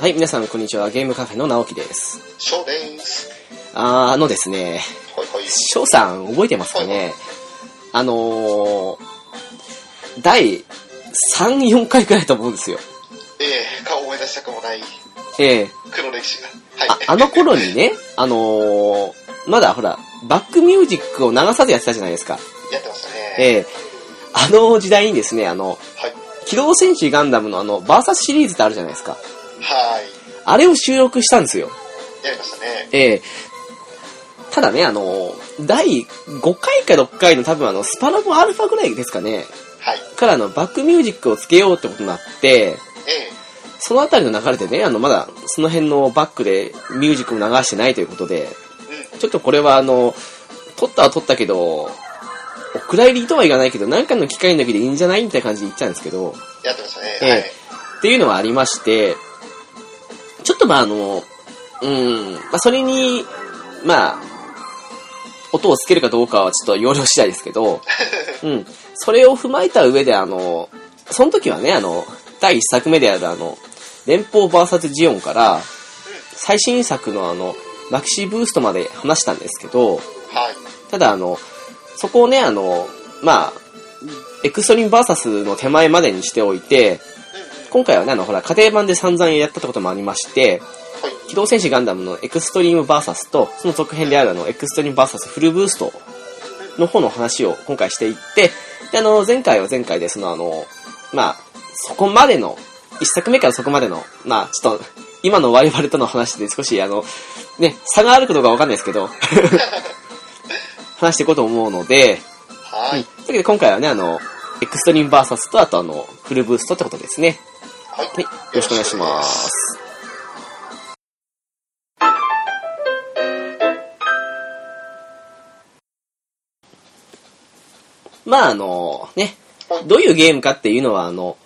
はい、皆さん、こんにちは。ゲームカフェの直樹です。そうです。あーあのですね、はいはい。翔さん、覚えてますかねあのー、第3、4回くらいだと思うんですよ。ええ顔を思い出したくもないええ黒歴史が。はい。あ、あの頃にね、あのー、まだほら、バックミュージックを流さずやってたじゃないですか。 やってましたね。ええあの時代にですね、あの、はい。機動戦士ガンダムのあの、バーサスシリーズってあるじゃないですか。はあれを収録したんですよ。い。やりましたね。ええただね、あの、第5回か6回の多分あの、スパラボアルファぐらいですかね、はい。からあの、バックミュージックをつけようってことになって、ええそのあたりの流れでね、あの、まだその辺のバックでミュージックを流してないということで、ちょっとこれはあの、撮ったは撮ったけど、お蔵入りとはいかないけど、何かの機会の時でいいんじゃないみたいな感じで言っちゃうんですけど、うん。やってましたね。ええっていうのはありまして、ちょっとまああの、うん、まあそれに、まあ、音をつけるかどうかはちょっと要領次第ですけど、うん、それを踏まえた上であの、その時はね、あの、第1作目であるあの、連邦 VS ジオンから、最新作のあの、マキシブーストまで話したんですけど、はい。はい。ただあの、そこをね、あの、まあ、エクストリーム VS の手前までにしておいて、今回はね、あの、ほら、家庭版で散々やったってこともありまして、はい。機動戦士ガンダムのエクストリームバーサスと、その続編であるあの、エクストリームバーサスフルブーストの方の話を今回していって、で、あの、前回は前回で、そのあの、まあ、そこまでの、一作目からそこまでの、まあ、ちょっと、今の我々との話で少し、あの、ね、差があるかどうかわかんないですけど、 話していこうと思うので、はうんい。というわけで今回はね、あの、エクストリームバーサスと、あとあの、フルブーストってことですね。はい。はい、よろしくお願いします。まああの、ね、はいどういうゲームかっていうのはあの、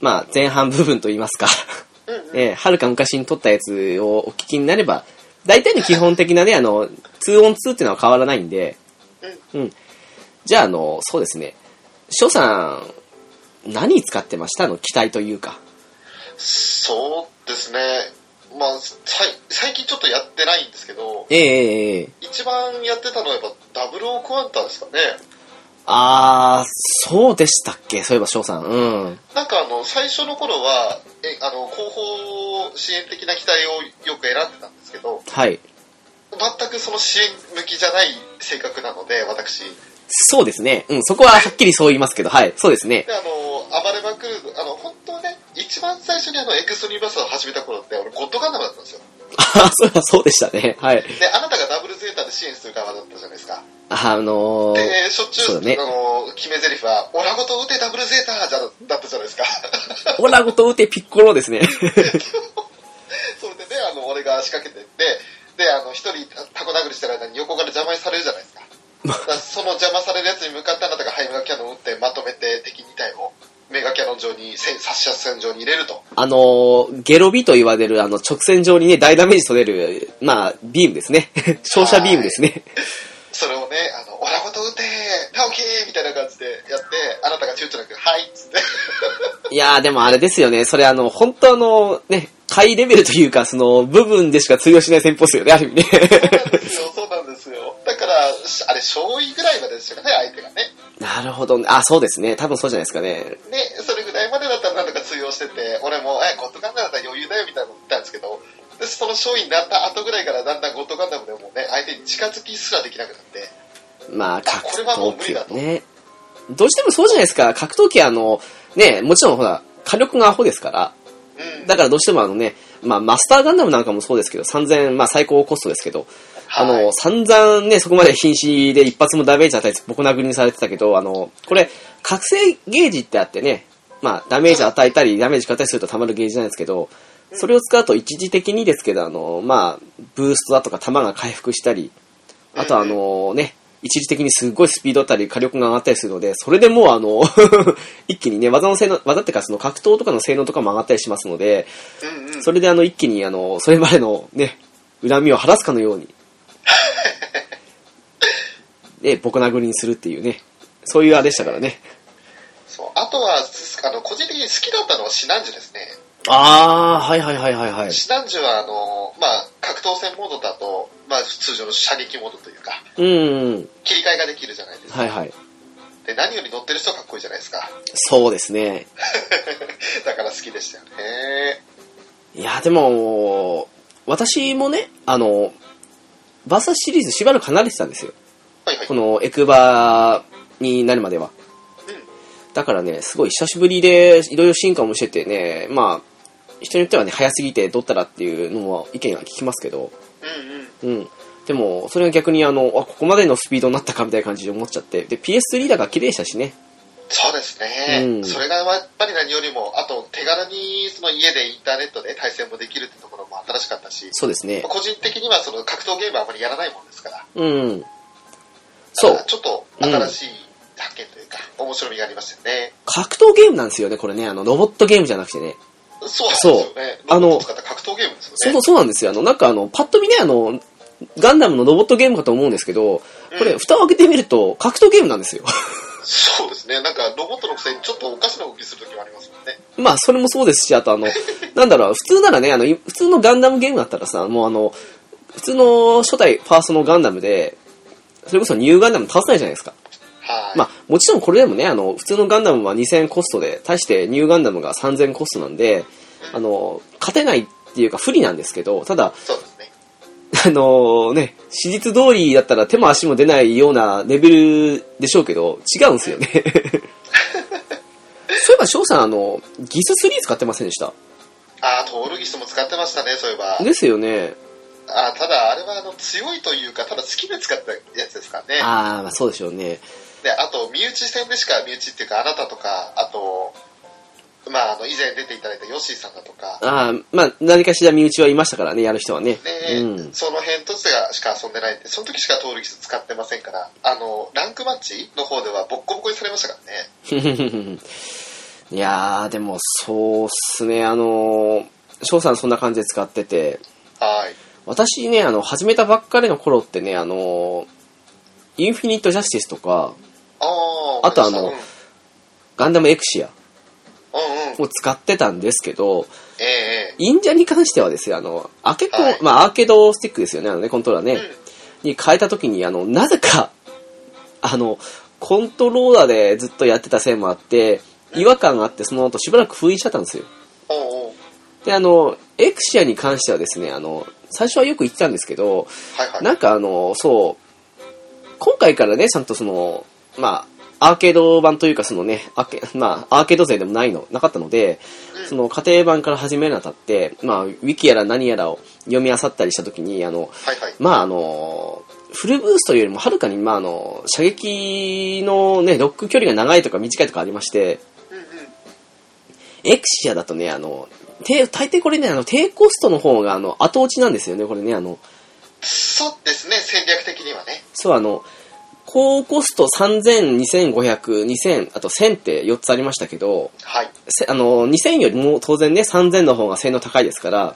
まあ前半部分といいますか、 うんうん。えー、はるか昔に撮ったやつをお聞きになれば、大体の基本的なね、あの、2on2 っていうのは変わらないんで、うん。じゃああの、そうですね、翔さん、何使ってましたあの、機体というか。そうですね。まあ、さい最近ちょっとやってないんですけど、ええええええ一番やってたのはやっぱダブルオークワンターですかね。あー、そうでしたっけそういえば翔さん。うん。なんかあの、最初の頃は、え、あの、後方支援的な機体をよく選んでたんですけど、はい。全くその支援向きじゃない性格なので、私。そうですね。うん、そこははっきりそう言いますけど、はい。そうですね。 で、あの、暴れまくる、あの、本当はね、一番最初にあの、エクストリームバスを始めた頃って、俺、ゴッドガンダムだったんですよ。あー、そういえばそうでしたね。はい。で、あなたがダブルゼータで支援する側だったじゃないですか。あのー、で、しょっちそゅうう、だねあの、決め台詞は、オラごと打てダブルゼータじゃだったじゃないですか。オラゴと打てピッコロですね。 それでね、あの、俺が仕掛けてって、で、あの、一人タコ殴りしてる間に横から邪魔にされるじゃないですか。だからその邪魔されるやつに向かってあなたがハイメガキャノンを打ってまとめて敵2体をメガキャノン上に、せん殺射線上に入れると。あのー、ゲロビと言われる、あの、直線上にね、大ダメージ取れる、まあ、ビームですね。 照射ビームですね。それをね、あの、オラごと打て直樹みたいな感じでやって、あなたが躊躇なく、はいっつって。いやー、でもあれですよね。それあの、本当あの、ね、下位レベルというか、その、部分でしか通用しない戦法ですよね、ある意味ね。そうなんですよ、そうなんですよ。だから、しあれ、勝利ぐらいまででしたかね、相手がね。なるほど、ね。あ、そうですね。多分そうじゃないですかね。ね、それぐらいまでだったらなんとか通用してて、俺も、え、ゴッドガンダムだったら余裕だよみたいなの言ったんですけど、で、その勝利になった後ぐらいからだんだんゴッドガンダムでもうね、相手に近づきすらできなくなって、まあ、格これはもう闘無機理だはとね。どうしてもそうじゃないですか。格闘機はあの、ね、もちろんほら、火力がアホですから。うん。だからどうしてもあのね、まあ、マスターガンダムなんかもそうですけど、3000、まあ、最高コストですけど、あはいの、散々ね、そこまで瀕死で一発もダメージ与えて、僕殴りにされてたけど、あの、これ、覚醒ゲージってあってね、まあ、ダメージ与えたり、ダメージ与えたりすると溜まるゲージなんですけど、それを使うと一時的にですけど、あの、まあ、ブーストだとか弾が回復したり、あとあのね、一時的にすごいスピードだったり火力が上がったりするので、それでもうあの、 一気にね、技の性能、技っていうかその格闘とかの性能とかも上がったりしますので、うんうん。それであの一気にあの、それまでのね、恨みを晴らすかの ように、で、ボコ殴りにするっていうね、そういうあれでしたからね。そう。あとは、すあの、個人的に好きだったのはシナンジュですね。ああ、はいはいはいはいはい。シナンジュは、あの、まあ、格闘戦モードだと、まあ、通常の射撃モードというか、うん。切り替えができるじゃないですか。はいはい。で、何より乗ってる人かっこいいじゃないですか。 そうですね。だから好きでしたよね。いや、でも、私もね、あの、バーサスシリーズしばらく離れてたんですよ。はいはい。こうん。のエクバになるまでは。だからね、すごい久しぶりで、いろいろ進化もしててね、まあ、人によってはね、早すぎてどったらっていうのも意見は聞きますけど、うんうん。うん。でも、それが逆にあの、あ、ここまでのスピードになったかみたいな感じで思っちゃって。で、PS3 だから綺麗でしたしね。そうですね、うんそれがやっぱり何よりも、あと手軽にその家でインターネットで対戦もできるってところも新しかったし、そうですね。個人的にはその格闘ゲームはあまりやらないもんですから、うん。そだからう。ちょっと新しい発見というか、面白みがありましたよね。格闘ゲームなんですよね、これね。あの、ロボットゲームじゃなくてね。そうなんですよね。そうロボットあの使った格闘ゲームですよね。そうそうなんですよ。あの、なんかあの、パッと見ね、あの、ガンダムのロボットゲームかと思うんですけど、こうれ、ん蓋を開けてみると、格闘ゲームなんですよ。そうですね。なんかロボットのくせにちょっとおかしな動きするときもありますもんね。まあ、それもそうですし、あと あの、なんだろう、普通ならね、あの、い普通のガンダムゲームだったらさ、もうあの、普通の初代ファーストのガンダムで、それこそニューガンダム倒せないじゃないですか。はい。まあ、もちろんこれでもね、あの、普通のガンダムは2000コストで、対してニューガンダムが3000コストなんで、あの、勝てないっていうか不利なんですけど、ただ、そうですね。あのね、史実通りだったら手も足も出ないようなレベルでしょうけど、違うんです よね。そういえば、翔さん、あの、ギス3使ってませんでした。ああ、トールギスも使ってましたね、そういえば。ですよね。あーただ、あれはあの強いというか、ただ好きで使ったやつですからね。ああ、まあそうでしょうね。で、あと、身内戦でしか、身内っていうか、あなたとか、あと、まあ、あの、以前出ていただいたヨッシーさんだとか、ああ、まあ何かしら身内はいましたからね、やる人はね。ねうん。 その辺とつがしか遊んでないんで、その時しかトールキス使ってませんから、あの、ランクマッチの方ではボッコボコにされましたからね。いやー、でも、そうっすね、あのー、翔さんそんな感じで使ってて、はい。私ね、あの、始めたばっかりの頃ってね、あのー、インフィニット・ジャスティスとか、ああ、あとあうのん、うんガンダム・エクシアうん。を使ってたんですけど、えええインジャに関してはですね、あの、あ結構、はいまあ、アーケードスティックですよね、あのね、コントローラーえね。に変えた時にあのなぜかあのコントローラーでずっとやってたせいもあって違和感があってその後しばらく封印しちゃったんですようん。おうおうであのエクシアに関してはですねあの最初はよく言ってたんですけどはいはい。なんかあのそう今回からねちゃんとそのまあアーケード版というかそのねアーケまあアーケード勢でもないのなかったのでうんその家庭版から始めるにあたってまあウィキやら何やらを読み漁ったりした時にあのはいはい。まああの、フルブーストよりもはるかに、まああの、射撃のね、ロック距離が長いとか短いとかありまして、うんうん。エクシアだとね、あの、低大抵これね、あの、低コストの方が、あの、後落ちなんですよね、これね、あの、そうですね、戦略的にはね。そうあの、高コスト3000、2500、2000、あと1000って4つありましたけど、はい。せあの、2000よりも当然ね、3000の方が性能高いですから、うん。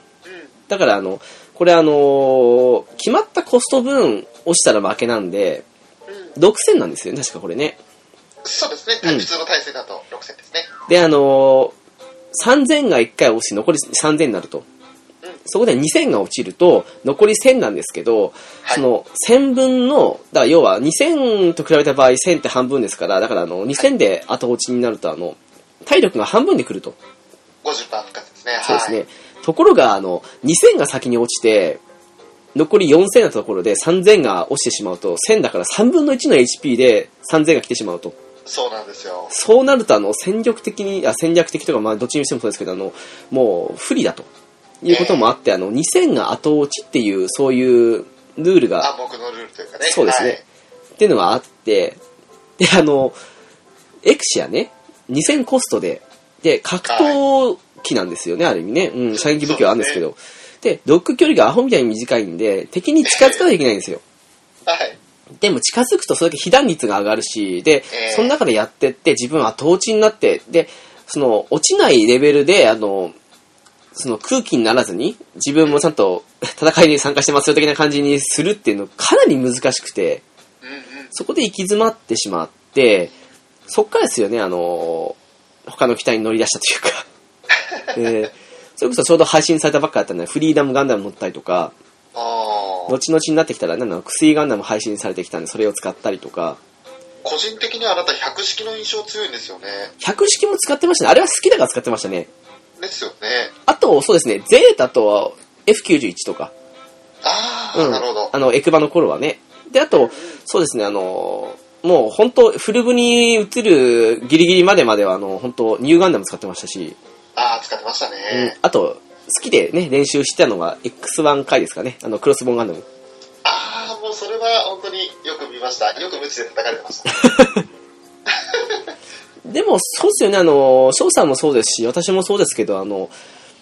だからあの、これあの、決まったコスト分落ちたら負けなんで、うん、 6000なんですよね、確かこれね。そうですね、うん普通の体制だと6000ですね。で、あのー3000が1回落ち、残り3000になるとうん。そこで2000が落ちると、残り1000なんですけど、はいその、1000分の、だから要は2000と比べた場合、1000って半分ですから、だからあの、2000で後落ちになると、あの、体力が半分でくると。 50%復活ですね。そうですはいね。ところが、あの、2000が先に落ちて、残り4000だったところで3000が落ちてしまうと、1000だから3分の1の HP で3000が来てしまうと。そうなんですよ。そうなると、あの、戦力的に、あ、戦略的とか、まあ、どっちにしてもそうですけど、あの、もう、不利だと。いうこともあって、あの、2000が後落ちっていう、そういうルールが、暗黙のルールというかね。そうですね。はいっていうのがあって、で、あの、エクシアね、2000コストで、で、格闘機なんですよね、ある意味ね。うん、射撃武器はあるんですけど。で、ロック距離がアホみたいに短いんで、敵に近づかなきゃいけないんですよ。はい。でも近づくとそれだけ被弾率が上がるし、でええ、その中でやってって自分は後落ちになって、で、その落ちないレベルで、あの、その空気にならずに自分もちゃんと 戦いに参加してますよ的な感じにするっていうのかなり難しくて、うんうん。そこで行き詰まってしまって、 そっからですよね、あの、他の機体に乗り出したというか。えーそれこそちょうど配信されたばっかだったので、フリーダムガンダム乗ったりとか、あー後々になってきたら、なんだろう、薬ガンダム配信されてきたんで、それを使ったりとか、個人的にはあなた百式の印象強いんですよね百式も使ってましたね。あれは好きだから使ってましたね。ですよねあと、そうですね、ゼータと F91 とか、ああ、うん、なるほどあの、エクバの頃はね。で、あと、そうですね、あの、もう本当、古部に移るギリギリまでまでは、あの、本当、ニューガンダム使ってましたし、ああ使ってましたうんね、あと、好きでね、練習してたのが X1 回ですかね、あの、クロスボーンガンダム。ああもうそれは本当によく見ましたよく無知で叩かれてま したでも、そうですよね、あの、翔さんもそうですし、私もそうですけど、あの、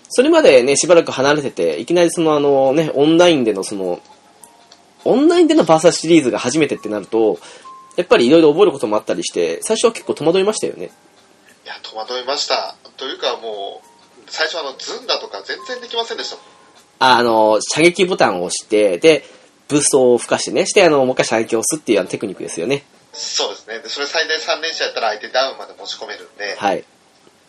それまでね、しばらく離れてて、いきなりその、あのね、オンラインでのその、オンラインでのバーサスシリーズが初めてってなると、やっぱりいろいろ覚えることもあったりして、最初は結構戸惑いましたよね。いや戸惑いましたというかもう最初あのズンだとか全然できませんでしたもんあの、射撃ボタンを押して、で、ブーストを吹かしてね、して、あの、もう一回射撃を押すっていうあのテクニックですよね。そうですねでそれ最大3連射やったら相手ダウンまで持ち込めるんで、はい。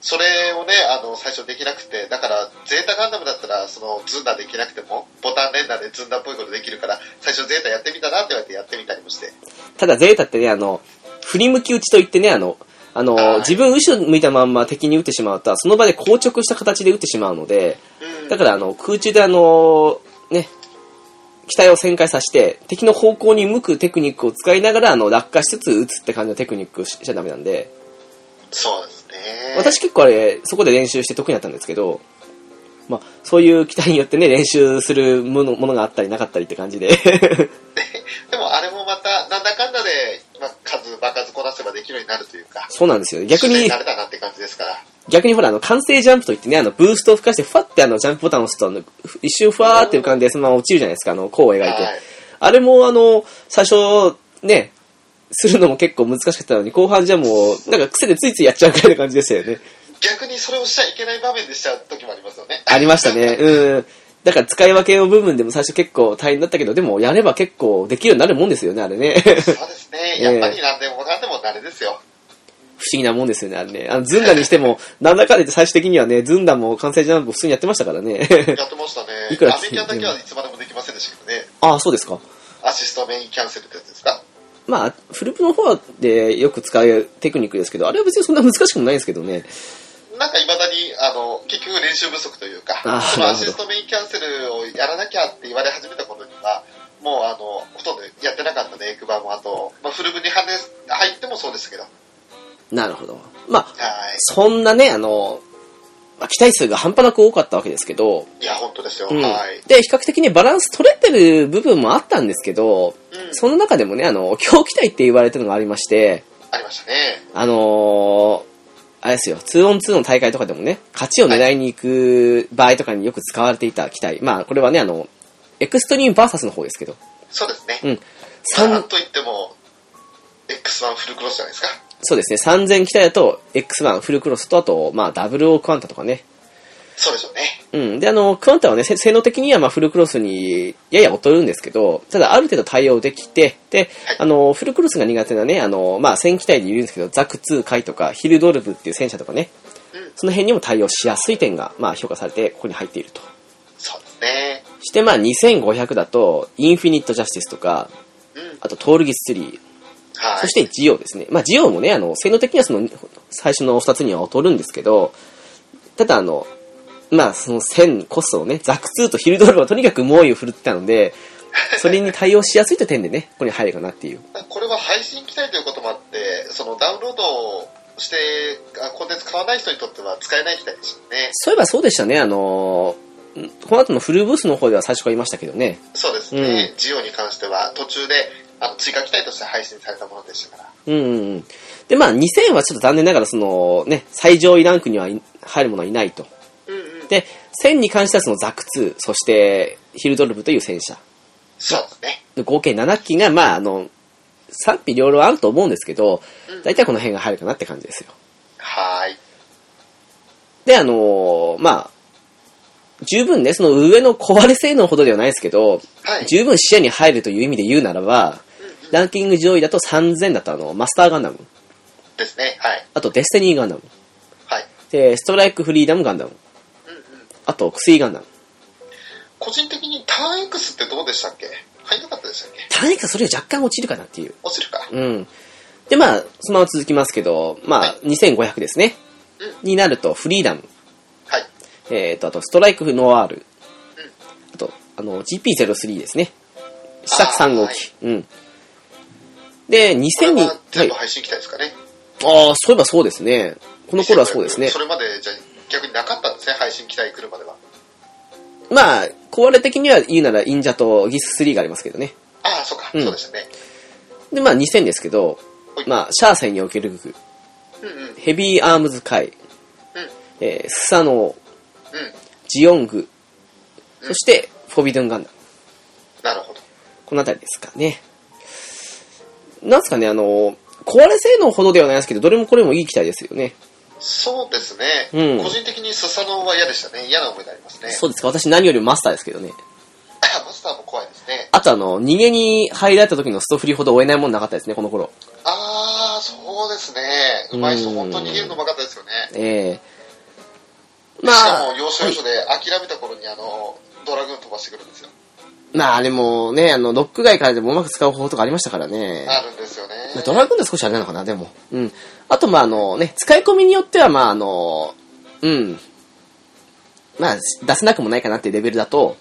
それをねあの最初できなくてだからゼータガンダムだったらそのズンダできなくてもボタン連打でズンダっぽいことできるから最初ゼータやってみたなって言われてやってみたりもしてただ、ゼータってね、あの、振り向き打ちといってね、あの、あの、はい自分後ろ向いたまんま敵に打ってしまうと、その場で硬直した形で打ってしまうので、うんだから、あの、空中であの、ね、機体を旋回させて、敵の方向に向くテクニックを使いながら、あの、落下しつつ打つって感じのテクニックをししちゃダメなんで、そうですね私結構あれ、そこで練習して得意だったんですけど、まあ、そういう機体によってね、練習するものものがあったりなかったりって感じで。 でもあれもまたなんだかんだで、まあ、数場数こなせばできるようになるというかそうなんですよ。逆自然に慣、れたなって感じですから逆にほら、あの、完成ジャンプといってね、あの、ブーストを吹かして、ふわってあの、ジャンプボタンを押すと、あの、ふ一瞬ふわーって浮かんで、そのまま落ちるじゃないですか、あの、弧を描いて。はいあれも、あの、最初、ね、するのも結構難しかったのに、後半じゃもう、なんか癖でついついやっちゃうくらいな感じでしたよね。逆にそれをしちゃいけない場面でしちゃう時もありますよねありましたね。うん。だから使い分けの部分でも最初結構大変だったけど、でもやれば結構できるようになるもんですよね、あれね。 そうですねやっぱり何でも何でも慣れですよ、不思議なもんですよね、あれね。あの、ズンダにしても、なんだかんだ言って最終的にはね、ズンダも完成ジャンプ普通にやってましたからね。 やってましたねいくらアメキャンだけはいつまでもできませんでしたけどねああ、そうですか。アシストメインキャンセルってやつですかまあ、フループの方でよく使うテクニックですけど、あれは別にそんな難しくもないんですけどね。なんかいまだに、あの、結局練習不足というか、あーそのなアるほシどストメインキャンセルをやらなきゃって言われ始めた頃には、もうあの、ほとんどやってなかったね、エクバーも、あと、まあ、フルブに跳ね入ってもそうですけど、はい。なるほど。まあ、そんなね、あの、まあ、期待数が半端なく多かったわけですけど、いや、本当ですよ、うんはい。で、比較的ね、バランス取れてる部分もあったんですけど、うん、その中でもね、あの、強期待って言われてるのがありまして、ありましたね。あのーあれですよ、2on2 の大会とかでもね、勝ちを狙いに行く場合とかによく使われていた機体。まあ、これはね、あの、エクストリームバーサスの方ですけど、そうですね。うんさあ3、と言っても、X1 フルクロスじゃないですか。そうですね、3000機体だと、X1、フルクロスと、あと、まあ、ダブルオークワンタとかね。そうでしょうね。うん。で、あの、クワンタはね、せ性能的には、まあ、フルクロスに、やや劣るんですけど、ただ、ある程度対応できて、で、あの、フルクロスが苦手なね、あの、まあ、1000機体で言うんですけど、ザク2回とか、ヒルドルブっていう戦車とかね、うん、その辺にも対応しやすい点が、まあ、評価されて、ここに入っていると。そうですね。して、まあ、2500だと、インフィニットジャスティスとか、うん、あと、トールギス3、はい。そしてジオですね。まあ、ジオもね、あの、性能的にはその、最初の2つには劣るんですけど、ただあの、まあ、その1000こそね、ザク2とヒルドルブはとにかく猛威を振るってたので、それに対応しやすいという点でね、ここに入るかなっていう。これは配信機体ということもあって、そのダウンロードをして、あコンテンツ買わない人にとっては使えない機体でしたね。そういえばそうでしたね、あのー、んこの後のフルブースの方では最初から言いましたけどね。そうですね。ジオに関しては途中であの追加機体として配信されたものでしたから。うんうんうん。で、まあ、2000はちょっと残念ながら、その、ね、最上位ランクにはい入るものはいないと。うんうん。で、1000に関してはそのザク2、そしてヒルドルブという戦車。そうですね。合計7機が、まあ、あの、賛否両論あると思うんですけど、大体この辺が入るかなって感じですよ。はーい。で、あのーまあ、十分ね、その上の壊れ性能ほどではないですけど、はい。十分視野に入るという意味で言うならば、ランキング上位だと3000だとあの、マスターガンダム、ですね。はい。あとデスティニーガンダム、はい。で、ストライクフリーダムガンダム、うんうん。あと、薬ガンダム。個人的にターン X ってどうでしたっけ入んなかったでしたっけターン X はそれが若干落ちるかなっていう。落ちるか。うん。で、まあ、そのまま続きますけど、まあ、2500ですね。になると、フリーダム。はい。えっと、あと、ストライクフノワール。あと、あの、GP03 ですね。試作3号機。うん。で、これ2000に、は全部はい配信機体ですかね。ああ、そういえばそうですね。この頃はそうですねそ。れまでじゃあ逆になかったんですね、配信機体来るまでは。まあ、壊れ的には言うなら、インジャとギス3がありますけどね。ああ、そうか、うんそうでしたね。で、まあ、2000ですけど、はいまあ、シャーサイにおけるグクうんうん、うん、うん、ヘビーアームズ界、えースサノー、ジオング、そして、フォビドゥンガンダム。なるほど。このあたりですかね。なんですかね、あの、壊れ性能ほどではないですけど、どれもこれもいい機体ですよね。そうですね、うん個人的にスサノオは嫌でしたね。嫌な思いになりますね。そうですか、私何よりもマスターですけどね。あマスターも怖いですね。あとあの、逃げに入られた時のストフリほど追えないもんなかったですね、この頃。ああ、そうですね。うまい人、うん本当に逃げるのうまかったですよね。ええましかあも、、要所要所で諦めた頃に、あの、ドラグーン飛ばしてくるんですよ。まああれもね、あの、ロック外からでもうまく使う方法とかありましたからね。あるんですよね。まあドラグーンで少しあれなのかな、でも。うん。あと、まあ、あのね、使い込みによっては、まあ、あの、うん。まあ、出せなくもないかなっていうレベルだと、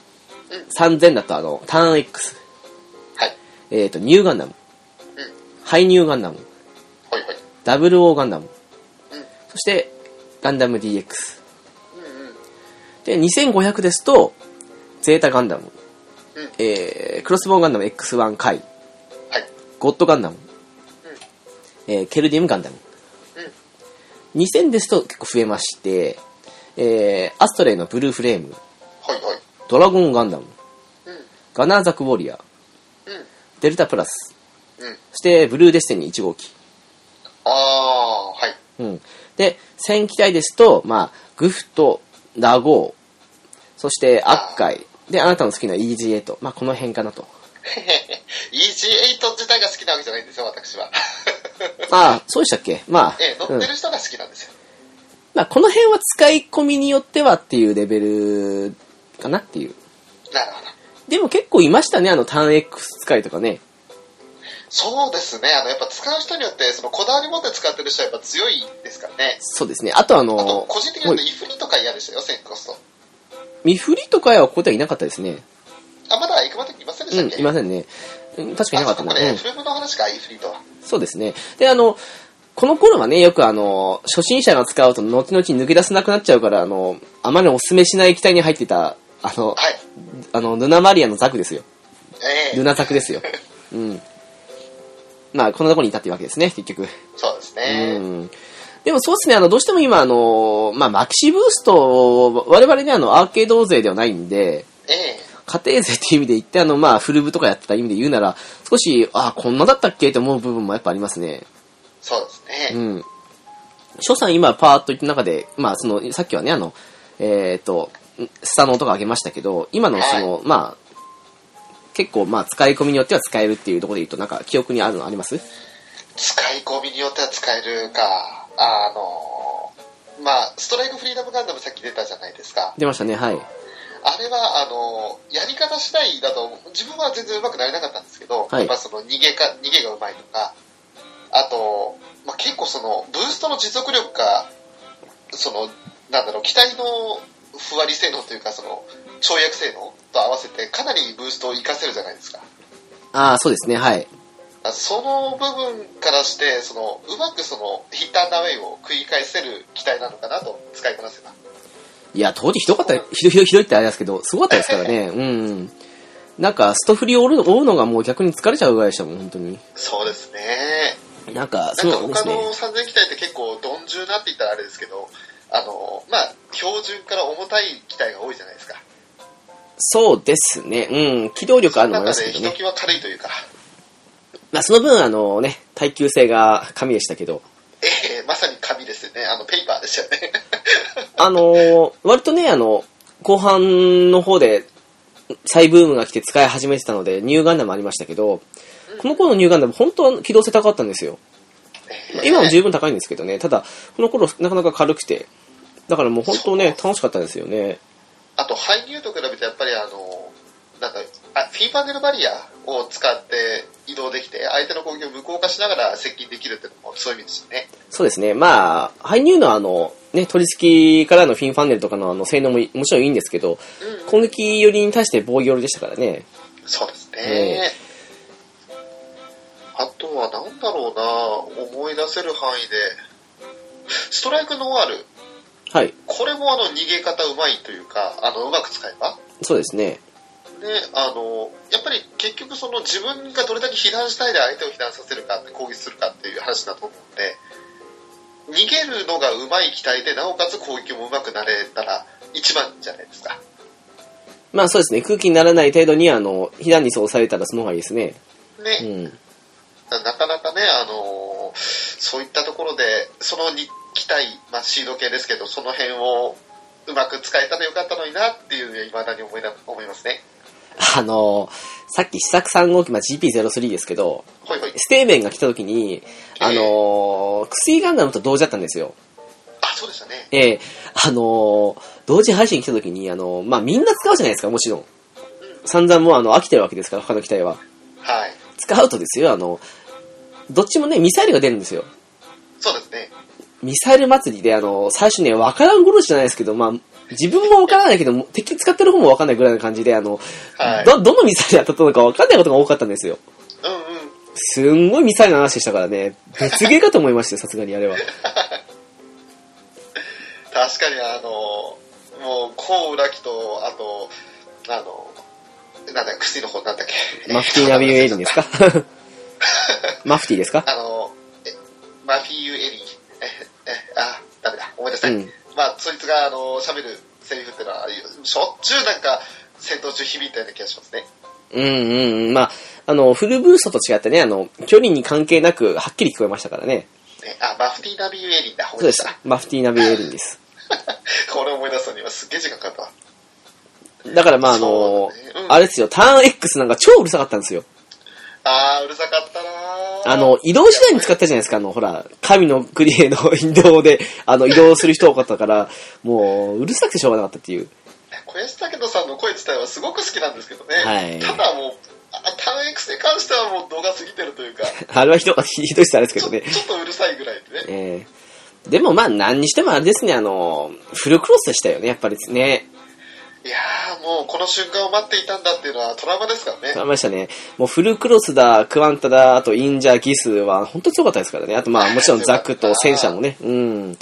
うん3000だと、あの、ターン X、はい。えっ、と、ニューガンダム、うん。ハイニューガンダム、ほいほい。ダブルオーガンダム、うんそして、ガンダム DX。うんうん。で、2500ですと、ゼータガンダム、うんえー、クロスボーンガンダム X1 回、はい。ゴッドガンダム、えーケルディウムガンダム、2000ですと結構増えまして、えーアストレイのブルーフレームほいほい。ドラゴンガンダムうん。ガナーザクウォリアーうん。デルタプラスうん。そしてブルーデスティニー1号機、ああ、はい。 うん、で1000機体ですと、まあ、グフとラゴーそしてアッカイであなたの好きな EGA と、まあ、この辺かなと EG8 自体が好きなわけじゃないんですよ、私は。 ああそうでしたっけまあ、ええ、乗うんってる人が好きなんですよ。まあ、この辺は使い込みによってはっていうレベルかなっていうなるほど。でも結構いましたねあのターン X 使いとかねそうですね。あの、やっぱ使う人によって、そのこだわり持って使ってる人はやっぱ強いですからね。そうですね。あとあのあと、個人的にはおいイフリとか嫌でしたよ、センコスト。見振りとかはここではいなかったですね。あ、まだ行くまでいませんでうしたんっ、けいませんね。うん確かにいなかったな。あ、そうかうこれ、んフレームの話か、イフリとは。そうですね。で、あの、この頃はね、よくあの、初心者が使うと後々抜け出せなくなっちゃうから、あの、あまりお勧めしない機体に入ってた、あの、はい。あの、ルナマリアのザクですよ。ええルナザクですよ。うん。まあ、こんなところにいたっていうわけですね、結局。そうですうね。ん。でもそうですね、あの、どうしても今、あの、まあ、マキシブーストを、我々ね、あの、アーケード勢ではないんで、ええ家庭勢っていう意味で言って、あの、まあ、フルブとかやってた意味で言うなら、少し、ああ、こんなだったっけって思う部分もやっぱありますね。そうですね。うん。翔さん今、パーッと言った中で、まあ、その、さっきはね、あの、えっ、と、スタの音が上げましたけど、今のその、まあ、結構、まあ、使い込みによっては使えるっていうところで言うと、なんか、記憶にあるのあります使い込みによっては使えるか、あのーまあ、ストライクフリーダムガンダムさっき出たじゃないですか。出ましたね、はい。あれは、あのーやり方次第だと、自分は全然上手くなれなかったんですけど、はいやっぱその逃げか、逃げが上手いとか、あと、まあ、結構その、ブーストの持続力が、その、なんだろう、機体のふわり性能というか、その、跳躍性能と合わせて、かなりブーストを活かせるじゃないですか。ああ、そうですね、はい。その部分からしてそのうまくそのヒッターダウェイを繰り返せる機体なのかなと使いこなせばいや、当時ひどかった、ひどいひどいひどいってあれですけど、すごかったですから ね。うん。なんか、ストフリを追う追うのがもう逆に疲れちゃうぐらいでしたもん、本当に。そうですねなんか、なそんうかなんです他のね。 3000機体って結構鈍重なって言ったらあれですけどあのまあ標準から重たい機体が多いじゃないですかそうですね。うん。機動力あるのもありま中すでけどひとね。きわ軽いというか、まあ、その分、あのね、耐久性が神でしたけど、ええまさに紙ですよねあのペーパーでしたよねあのー割とね、あの、後半の方で、再ブームが来て使い始めてたので、ニューガンダムありましたけど、この頃のニューガンダム、本当は機動性高かったんですよ。まあ 今も十分高いんですけどね、ただ、この頃なかなか軽くて、だからもう本当ね、楽しかったですよね。あと、ハイニューと比べてやっぱりあの、なんか、あフィーパネルバリアを使って移動できて、相手の攻撃を無効化しながら接近できるっていうのもそういう意味ですよね。そうですね。まあ、ハイニューのあの、ね、取り付きからのフィンファンネルとかのあの性能もいもちろんいいんですけど、うん、攻撃寄りに対して防御寄りでしたからね。そうですえね。あとはなんだろうな思い出せる範囲で、ストライクノワール。はい。これもあの逃げ方うまいというか、あの、うまく使えば。そうですね。で、あの、やっぱり結局その自分がどれだけ避難したいで相手を避難させるかって攻撃するかっていう話だと思うんで、逃げるのがうまい機体で、なおかつ攻撃もうまくなれたら一番じゃないですか。まあそうですね。空気にならない程度に、あの、避難にそうされたらその方がいいですね。ね、うん。なかなかね、あのそういったところで、その2機体、まあ、シード系ですけど、その辺をうまく使えたらよかったのになっていうのは未だに思いな思いますね。あの、さっき試作3号機、まあ、GP03 ですけど、ほいほい。ステーメンが来た時に、あの、薬ガンダムと同時だったんですよ。あ、そうでしたね。ええあのー同時配信来た時に、あのーまあ、みんな使うじゃないですか、もちろん。散々もうあの、飽きてるわけですから、他の機体は。はい。使うとですよ、あの、どっちもね、ミサイルが出るんですよ。そうですね。ミサイル祭りで、あのー最初ね、わからん頃じゃないですけど、まあ、自分もわからないけど、も敵使ってる方もわかんないぐらいの感じで、あの、はい。ど、どのミサイルやったのかわかんないことが多かったんですよ。うんうん。すんごいミサイルの話でしたからね、別ゲーかと思いましたよ、さすがにあれは。確かにあの、もう、コウラキと、あと、あの、なんだ、薬の方なんだっけ。マフティーナビューエイリンですか マフティーですかあの、えマフィーユ・エリー、 え、え、あ、ダメだ、思い出した。うんまあ、そいつが、あの、喋るセリフってのは、しょっちゅうなんか、戦闘中響いたような気がしますね。うんうんうん。まあ、あの、フルブーストと違ってね、あの、距離に関係なく、はっきり聞こえましたからね。ねあ、マフティー・ナビユ・エリーだ、そ思うい出でしすた。。マフティーナビエリンです。 これ思い出すのにはすっげえ時間かかったわ。だからまあ、あのそうだねうんあれですよ、ターン X なんか超うるさかったんですよ。あー、うるさかったなーあの、移動手段に使ったじゃないですか、あの、ほら、神の国への移動で、あの、移動する人多かったから、もう、うるさくてしょうがなかったっていう。小林武人さんの声自体はすごく好きなんですけどね、はいただもう、あターン X に関してはもう度が過ぎてるという か、あれはひどかった、ひどいしたあれですけちょどね。ちょっとうるさいぐらいでね、えーでもまあ、何にしてもあれですね、あの、フルクロスでしたよね、やっぱりね。いやー、もうこの瞬間を待っていたんだっていうのはトラウマですからね、ありましたね。もうフルクロスだ、クワンタだ、あとインジャー、ギスは本当に強かったですからね。あとまあもちろんザクと戦車もね。うん。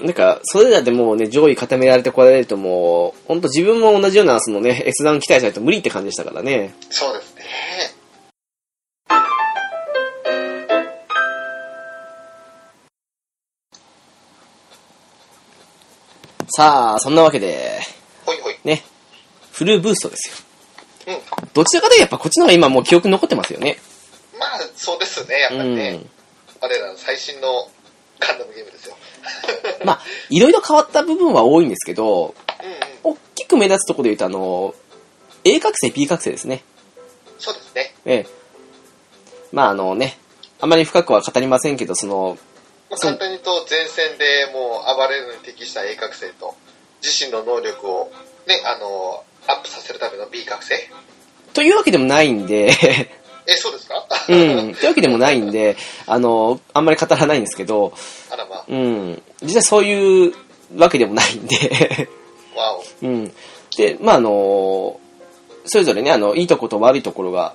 なんか、それらでもうね、上位固められてこられるともう、本当自分も同じような、そのね、閲覧期待しないと無理って感じでしたからね。そうですね。さあ、そんなわけで、ほいほい。ね、フルブーストですうん。よ。どちらかでやっぱこっちの方が今もう記憶に残ってますよね。まあ、そうですね、やっぱうりね。ん。我らの最新のガンダムゲームですよ。まあ、いろいろ変わった部分は多いんですけど、 うんうん。大きく目立つところで言うと、あの、A 覚醒、B 覚醒ですね。そうですね。ええ。まああのね、あまり深くは語りませんけど、その、まあ、そう簡単に言うと、前線でもう暴れるのに適した A 覚醒と、自身の能力を、ね、あの、アップさせるための B 覚醒。というわけでもないんで、 え、そうですかうん、というわけでもないんで、あの、あんまり語らないんですけど、 あらまあ、うん、実際そういうわけでもないんで、 わお。うん。で、まああの、それぞれね、あの、いいとこと悪いところが、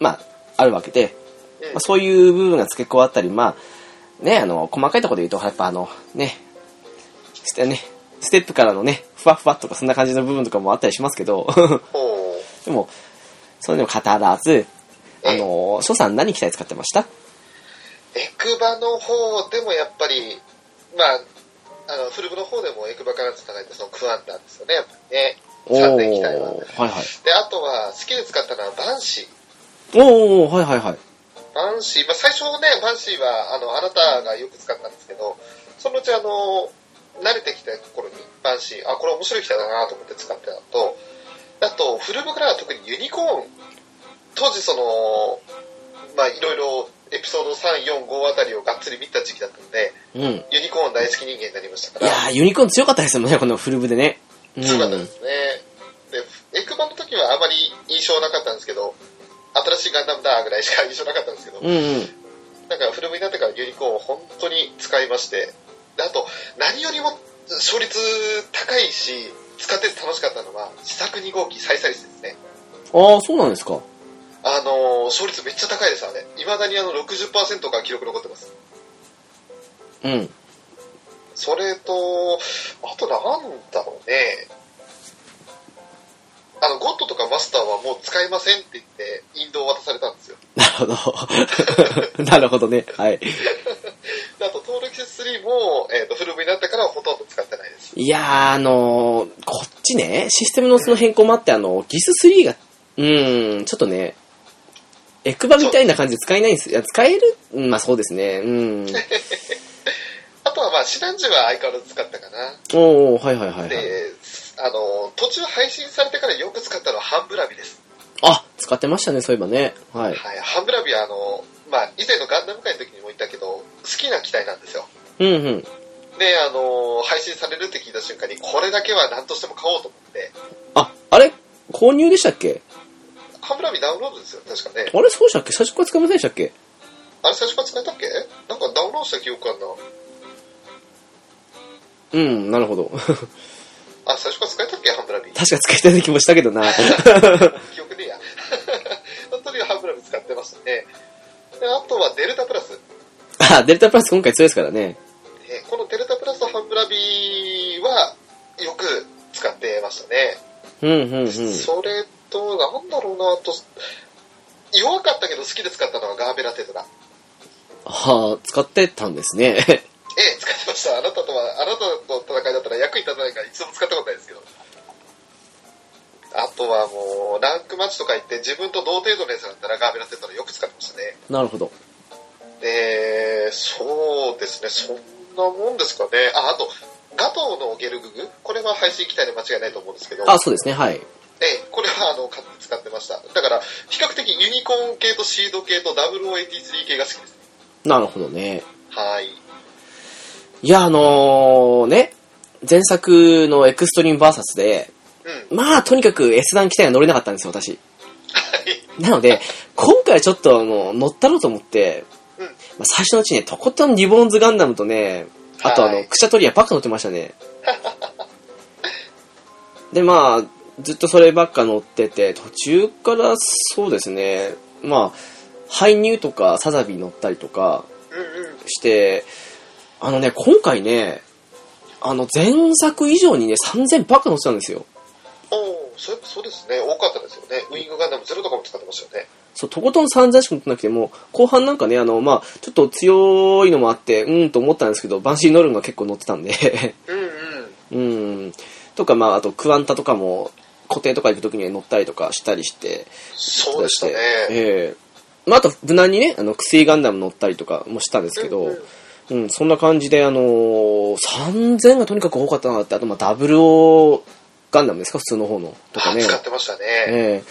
まあ、あるわけで、うんまあ、そういう部分が付け加わったり、まあ、ね、あの、細かいところで言うと、やっぱあの、ね、してね、ステップからのね、ふわふわとかそんな感じの部分とかもあったりしますけど、 ほう。でも、それでも語らず、あええの、翔さん何機体使ってましたエクバの方でもやっぱり、まあ、あの、フルブの方でもエクバからつながれて、そのクワンダーですよね、やっぱりね。3年期ーは待は。いはい。で、あとは、好きで使ったのはバンシー。おおはいはいはい。バンシー、まあ、最初ね、バンシーは、あの、あなたがよく使ったんですけど、そのうち、あの、慣れてきた頃に、バンシー、あ、これ面白い機体だなと思って使ってたのと、あと、フルブクラは特にユニコーン、当時その、まあ、いろいろ、エピソード3、4、5あたりをがっつり見た時期だったので、うん。ユニコーン大好き人間になりましたかいらや、ーユニコーン強かったですもんね、このフルブでね。うん強かったですね。で、エクマの時はあまり印象なかったんですけど、新しいガンダムだぐらいしか印象なかったんですけど、うんうん。なんか古めになってからユニコーンを本当に使いまして、であと、何よりも勝率高いし、使ってて楽しかったのは、試作2号機再再生ですね。ああ、そうなんですか。あのー勝率めっちゃ高いです、あれ。未だにあの60%が記録残ってます。うん。それと、あとなんだろうね。あの、ゴッドとかマスターはもう使いませんって言って、引導を渡されたんですよ。なるほど。 なるほどね。はい。であと、登録説3も、えっ、と、古めになってからはほとんど使ってないです。いやー、あのーこっちね、システムのその変更もあって、あの、ギス3が、うーん、ちょっとね、エクバみたいな感じで使えないんです。いや、使えるうんまあそうですね。うん。あとはまあ、シナンジュは相変わらず使ったかな。おー、はいはいはい、はい。で、あの、途中配信されてからよく使ったのはハンブラビです。あ、使ってましたね、そういえばね。はい。はい、ハンブラビはあの、まあ、以前のガンダム界の時にも言ったけど、好きな機体なんですよ。うんうん。で、あの、配信されるって聞いた瞬間に、これだけは何としても買おうと思って、あ、あれ購入でしたっけハンブラビダウンロードですよ、確かね。あれそうでしたっけ最初から使いませんでしたっけあれ最初から使えたっけなんかダウンロードした記憶あんな。うん、なるほど。 確かあ、最初から使えたっけハンブ ラビ。使いたい気もしたけどな。 記憶ねえや。 本当にハンブラビ使ってましたね。であとはデルタプラス。あ、デルタプラス今回強いですからね。えーこのデルタプラスとハンブラビはよく使ってましたね。うんうんうん。それと、なんだろうなと、弱かったけど好きで使ったのはガーベラテトラ。はあ、使ってたんですね。 ええ、使ってました。あなたとは、あなたの戦いだったら役に立たないから一度も使ったことないですけど。あとはもう、ランクマッチとか行って自分と同程度のやつだったらガーベラテトラよく使ってましたね。なるほど。で、そうですね、そんなもんですかね。あ、あと、ガトーのゲルググこれは配信機体で間違いないと思うんですけど。あ、そうですね、はい。ええ、これはあの買って使ってました。だから、比較的ユニコーン系とシード系と0083系が好きです。なるほどね。はい。いや、あのー、ね、前作のエクストリームバーサスで、うん。はい。まあ、とにかく S 段機体が乗れなかったんですよ、私。なので、今回はちょっとあの乗ったろうと思って、うんまあ、最初のうちね、とことんリボーンズガンダムとね、あとあはの、いクシャトリアばっか乗ってました ね。で、まあ、ずっとそればっか乗ってて、途中からそうですね、まあ、ハイニューとかサザビー乗ったりとかうんうん。して、あのね、今回ね、あの、前作以上にね、3000ばっか乗ってたんですよ。おーそれそうですね、多かったですよね。ウィングガンダムゼロとかも使ってましたよね。そう、とことん3000しか乗ってなくても、後半なんかね、あの、まあ、ちょっと強いのもあって、うんと思ったんですけど、バンシーノルンが結構乗ってたんで、 うんうん。うん。とか、まあ、あと、クワンタとかも、固定とか行くときには乗ったりとかしたりして、そうでしたね。ええまあ、あと、無難にね、あの、薬ガンダム乗ったりとかもしたんですけど、うんううんん、そんな感じで、あのー3000がとにかく多かったなって、あと、まあ、ダブルオガンダムですか、普通の方の。とかあね。使ってましたね。ええ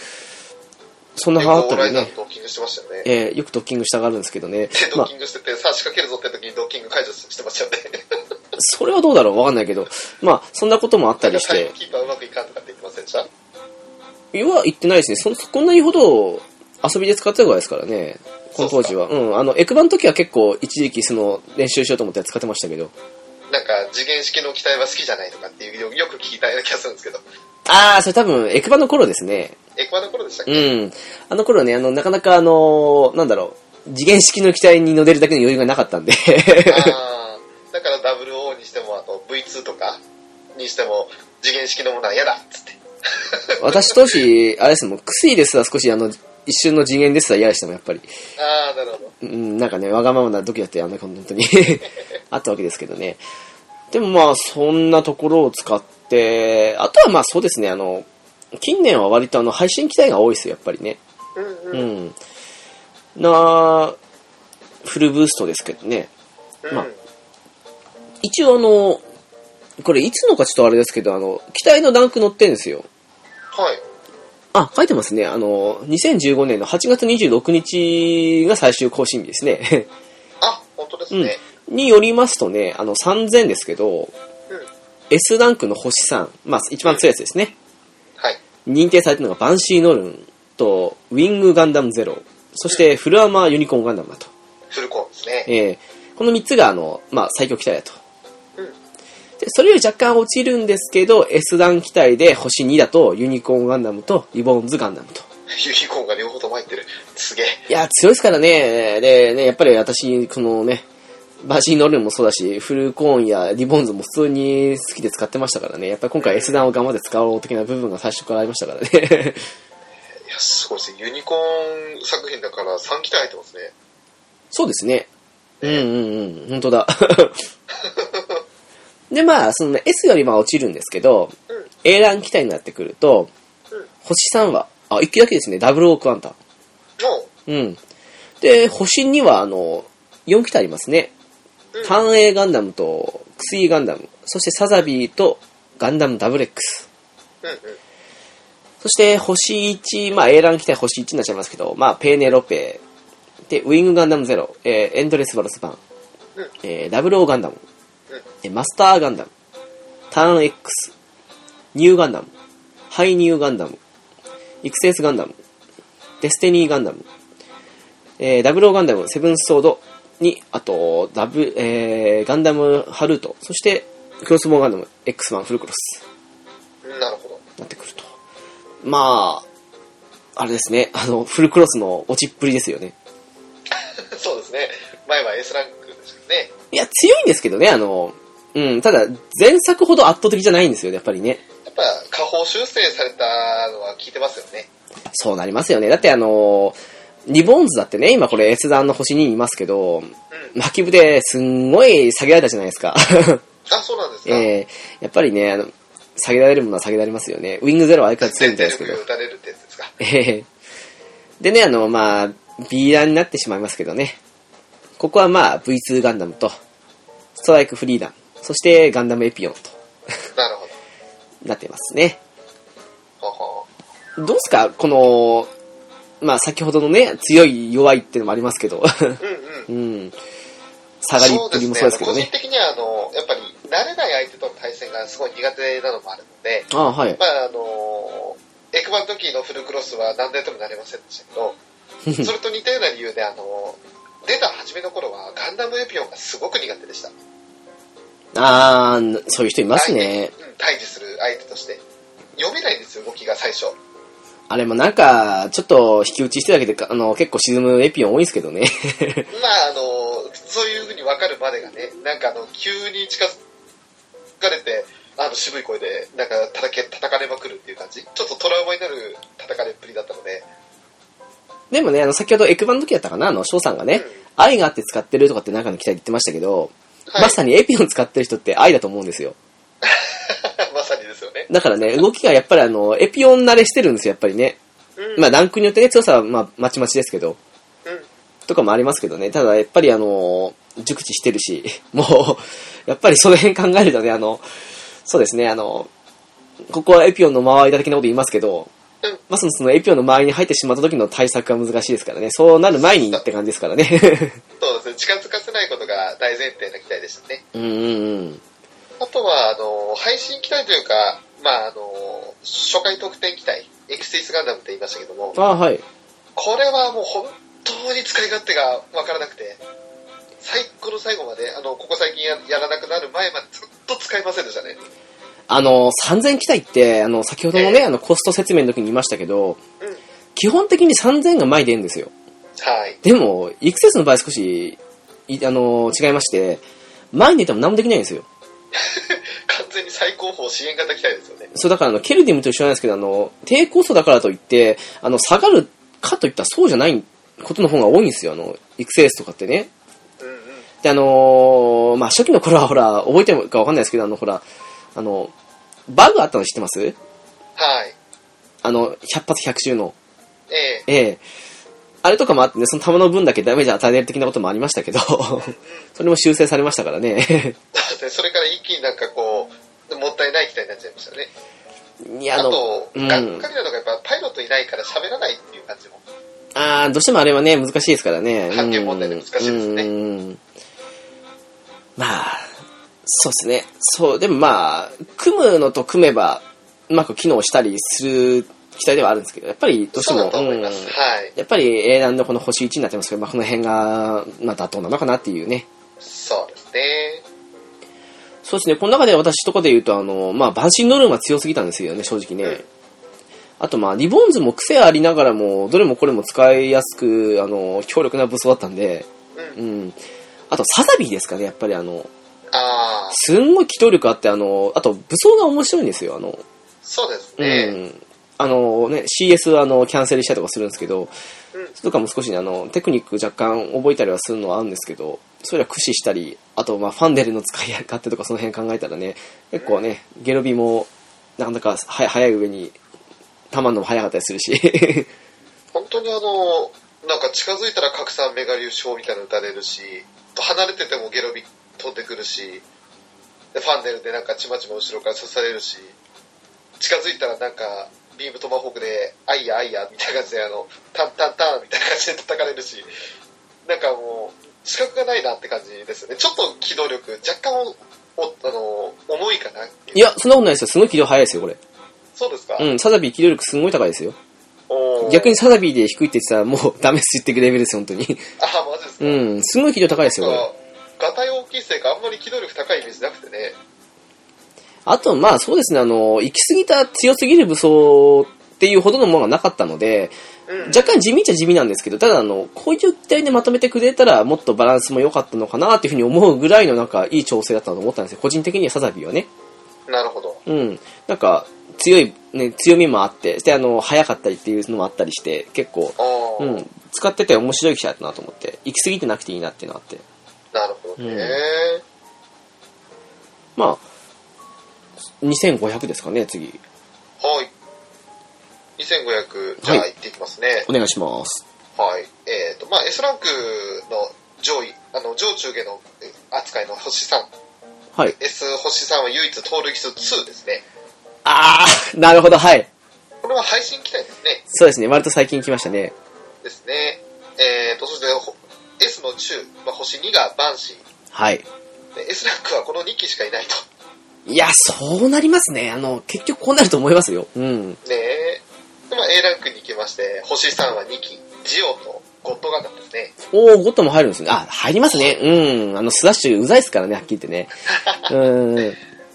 そんなレ派だコっーたラりねイダー。とドッキングしてましたよね。えーよくドッキングしたがるんですけどねで、。 ドまッあキ、ングしてて、さあ仕掛けるぞって時にドッキング解除してましたよね。それはどうだろうわかんないけど、まあ、そんなこともあったりし最て 後、キーパーうまくいかんとかって言ってませんでした要は言ってないですね。そ、そこんなにほど遊びで使ってたぐらいですからね。この当時は。うん。あの、エクバの時は結構一時期その練習しようと思って使ってましたけど。なんか、次元式の機体は好きじゃないとかっていうよよく聞いたような気がするんですけど。あー、それ多分エクバの頃ですね。エクアの頃でしたっけ、うん。あの頃ね、あの、なかなかあのーなんだろう。次元式の機体に乗れるだけの余裕がなかったんで。あーだから WO にしても、あと V2 とかにしても、次元式のものは嫌だっつって。 私当時、あれですもん、クスイですら少しあの、一瞬の次元ですら嫌でしたもん、やっぱり。ああ、なるほど。うん、なんかね、わがままな時だってあんな本当に あったわけですけどね。でもまあ、そんなところを使って、あとはまあそうですね、あの、近年は割とあの、配信機体が多いですよ、やっぱりね。うんうん。うん。なフルブーストですけどね。うんまあ一応あの、これいつのかちょっとあれですけど、あの、機体のランク載ってるんですよ。はい。あ、書いてますね。あの、2015年の8月26日が最終更新日ですね。あ、本当ですね。によりますとね、あの、3000ですけど、うん S ランクの星さん、まあ、一番強いやつですね。はい。認定されてるのがバンシーノルンと、ウィングガンダムゼロ、そしてフルアーマーユニコーンガンダムだと。フルコンですね。えーこの3つが、あの、まあ、最強機体だと。うん。 で、それより若干落ちるんですけど、S 段機体で星2だと、ユニコーンガンダムと、リボーンズガンダムと。ユニコーンが両方とも入ってる。すげえ。いや、強いですからね。で、ね、やっぱり私、このね、バシーノルンもそうだし、フルコーンやリボーンズも普通に好きで使ってましたからね。やっぱり今回 S 段を頑張って使おう的な部分が最初からありましたからね。 いや、すごいですね。ユニコーン作品だから3機体入ってますね。そうですね。うんうんうん、本当だ。 で、まあ、そのね S よりまあ落ちるんですけど、うん。 A ラン機体になってくると、うん星3は、あ、1機だけですね、00クワンタン。の、うん。で、星には、あの、4機体ありますね。うん単影ガンダムと、クスイガンダム、そしてサザビーと、ガンダムダブル X。うんうん。そして、星1、まあ、A ラン機体星1になっちゃいますけど、まあ、ペーネロペ、で、ウィングガンダムゼロ、えーエンドレスバルスバン、うんえー、ダブルオーガンダム、うんえーマスターガンダム、ターン X、ニューガンダム、ハイニューガンダム、エクセスガンダム、デスティニーガンダム、えー、ダブルオーガンダム、セブンスソードに、あと、ダブ、えー、ガンダムハルート、そして、クロスボウガンダム、X1 フルクロス。うんなるほど。 なってくると。まあ、あれですね、あの、フルクロスの落ちっぷりですよね。そうですね。前は S ランクですよね。いや、強いんですけどね、あの、うん、ただ、前作ほど圧倒的じゃないんですよね、やっぱりね。やっぱ、下方修正されたのは聞いてますよね。そうなりますよね。だってあの、リボーンズだってね、今これ S 段の星にいますけど、うん。巻き部ですんごい下げられたじゃないですか。 あ、そうなんですか。えー、やっぱりね、あの、下げられるものは下げられますよね。ウィングゼロは相変わらず強い全みたい体ですけど力で。打たれるってやつですか。ええ でね、あの、まあ、B ランになってしまいますけどね。ここはまあ、V2 ガンダムと、ストライクフリーダン、そしてガンダムエピオンとなるほど。なってますね。ほうほうどうですかこの、まあ、先ほどのね、強い、弱いってのもありますけど、 うんうんう。ん。下がりっぷりもそうですけど個ね人。的にはあの、やっぱり慣れない相手との対戦がすごい苦手なのもあるので、ああ、はい。まああの、エクバの時のフルクロスは何でともなれませんでしたけ ど、それと似たような理由で、あの、出た初めの頃はガンダムエピオンがすごく苦手でした。ああ、そういう人いますね。相手うん対峙する相手として。読めないんですよ、動きが最初。あれもなんか、ちょっと引き打ちしてるだけでか、あの、結構沈むエピオン多いんですけどね。まああの、そういうふうに分かるまでがね、なんかあの、急に近づかれて、あの、渋い声で、なんか叩け、叩かれまくるっていう感じ。ちょっとトラウマになる叩かれっぷりだったので、 でもね、あの、先ほどエクバの時だったかな、あの、翔さんがね、うん愛があって使ってるとかって中の機体で言ってましたけど、はいまさにエピオン使ってる人って愛だと思うんですよ。まさにですよね。だからね、動きがやっぱりあの、エピオン慣れしてるんですよ、やっぱりね。うん。まあ、ランクによってね、強さはまあ、まちまちですけど、うん。とかもありますけどね、ただやっぱりあの、熟知してるし、 もう、やっぱりその辺考えるとね、あの、そうですね、あの、ここはエピオンの間合いだ的なこと言いますけど、うんまあそのそのエピオンの間合いに入ってしまった時の対策は難しいですからね、そうなる前にって感じですからね。そうですね。近づかせないことが大前提な機体でしたね。うんうんうん。あとは、あの、配信機体というか、まああの、初回特典機体、エクスイスガンダムって言いましたけども、あはい。これはもう本当に使い勝手が分からなくて、最後の最後まで、あの、ここ最近ややらなくなる前までずっと使いませんでしたね。あの、3000機体って、あの、先ほどのえね、あの、コスト説明の時に言いましたけど、うん。基本的に3000が前に出るんですよ。はい。 でも、イクセスの場合少し、いあの、違いまして、前に出ても何もできないんですよ。完全に最高峰支援型機体ですよね。そう、だからあの、ケルディムと一緒なんですけど、あの、低コストだからといって、あの、下がるかといったらそうじゃないことの方が多いんですよ、あの、イクセスとかってね。うんうん。で、あのーまあ、初期の頃はほら、覚えてるかわかんないですけど、あの、ほら、あの、バグあったの知ってますはい。あの、100発100中の。ええええあれとかもあってね、その弾の分だけダメージ与えれる的なこともありましたけど、それも修正されましたからね。そうですね。 それから一気になんかこう、もったいない機体になっちゃいましたね。いや、ああの、と、うんがっかりなのがやっぱパイロットいないから喋らないっていう感じも。あーどうしてもあれはね、難しいですからね。発見問題で難しいですねうんまあ、そうですね。そう、でもまあ、組むのと組めば、うまく機能したりする期待ではあるんですけど、やっぱりどうしてそうも、だと思います。うんはい。やっぱり英断のこの星1になってますけど、まあ、この辺が、まあ、妥当なのかなっていうね。そうですね。そうですね、この中で私とこで言うと、あの、まあ、バンシンドルーンは強すぎたんですよね、正直ね。あと、まあ、リボンズも癖ありながらも、どれもこれも使いやすく、あの、強力な武装だったんで、うん。うん。あと、サザビーですかね、やっぱりあの、ああ、すんごい機動力あって、あの、あと、武装が面白いんですよ、あの、そうですうね。ん。あのね、CS はあの、キャンセルしたりとかするんですけど、うんとかも少しね、あの、テクニック若干覚えたりはするのはあるんですけど、それは駆使したり、あと、まあ、ファンデルの使い勝手とかその辺考えたらね、結構ね、ゲロビも、なかなかはや早い上に、たまんのも早かったりするし、本当にあの、なんか近づいたら拡散メガ流症みたいなの打たれるし、離れててもゲロビ飛んでくるし、でファンネルでなんかちまちま後ろから刺されるし、近づいたらなんか、ビームトマホークで、あいやあいや、みたいな感じで、あの、タンタンタンみたいな感じで叩かれるし、なんかもう、資格がないなって感じですよね。ちょっと機動力、若干お、おあの、重いかなっていいうや、そんなことないですよ。すごい軌道早いですよ、これ。そうですか、うん、サザビー機動力すごい高いですよ。おー逆にサザビーで低いって言ってたら、もうダメスっていくレベルです、本当に。あー、マジですか、うん、すごい軌道高いですよ、これ。ガタイ大きいせいか、あんまり機動力高いイメージなくてね。あと、まあそうですね、あの、行き過ぎた強すぎる武装っていうほどのものがなかったので、うん。若干地味っちゃ地味なんですけど、ただあの、こういう体でまとめてくれたら、もっとバランスも良かったのかなっていうふうに思うぐらいのなんか、いい調整だったと思ったんですよ。個人的にはサザビーはね。なるほど。うん。なんか、強い、ね、強みもあって、で、あの、早かったりっていうのもあったりして、結構、ああ、うん、使ってて面白い機種だったなと思って、行き過ぎてなくていいなっていうのがあって。なるほどね。うんまあ、2500ですかね、次。はい。2500、じゃあはい行っていきますね。お願いします。はい。えっ、と、まあ S ランクの上位、あの、上中下のえ扱いの星3。はい。 S 星3は唯一盗塁数2ですね。あー、なるほど、はい。これは配信機体ですね。そうですね、割と最近来ましたね。ですね。えっ、と、そしてほ S の中、まあ、星2がバンシーはい。で。S ランクはこの2機しかいないと。いや、そうなりますね。あの、結局こうなると思いますよ。うん。ねえ。でまあ、A ランクに行きまして、星3は2機、ジオとゴッドガンダムですね。おー、ゴッドも入るんですね。あ、入りますね。うん。あの、スラッシュうざいっすからね、はっきり言ってね。うん。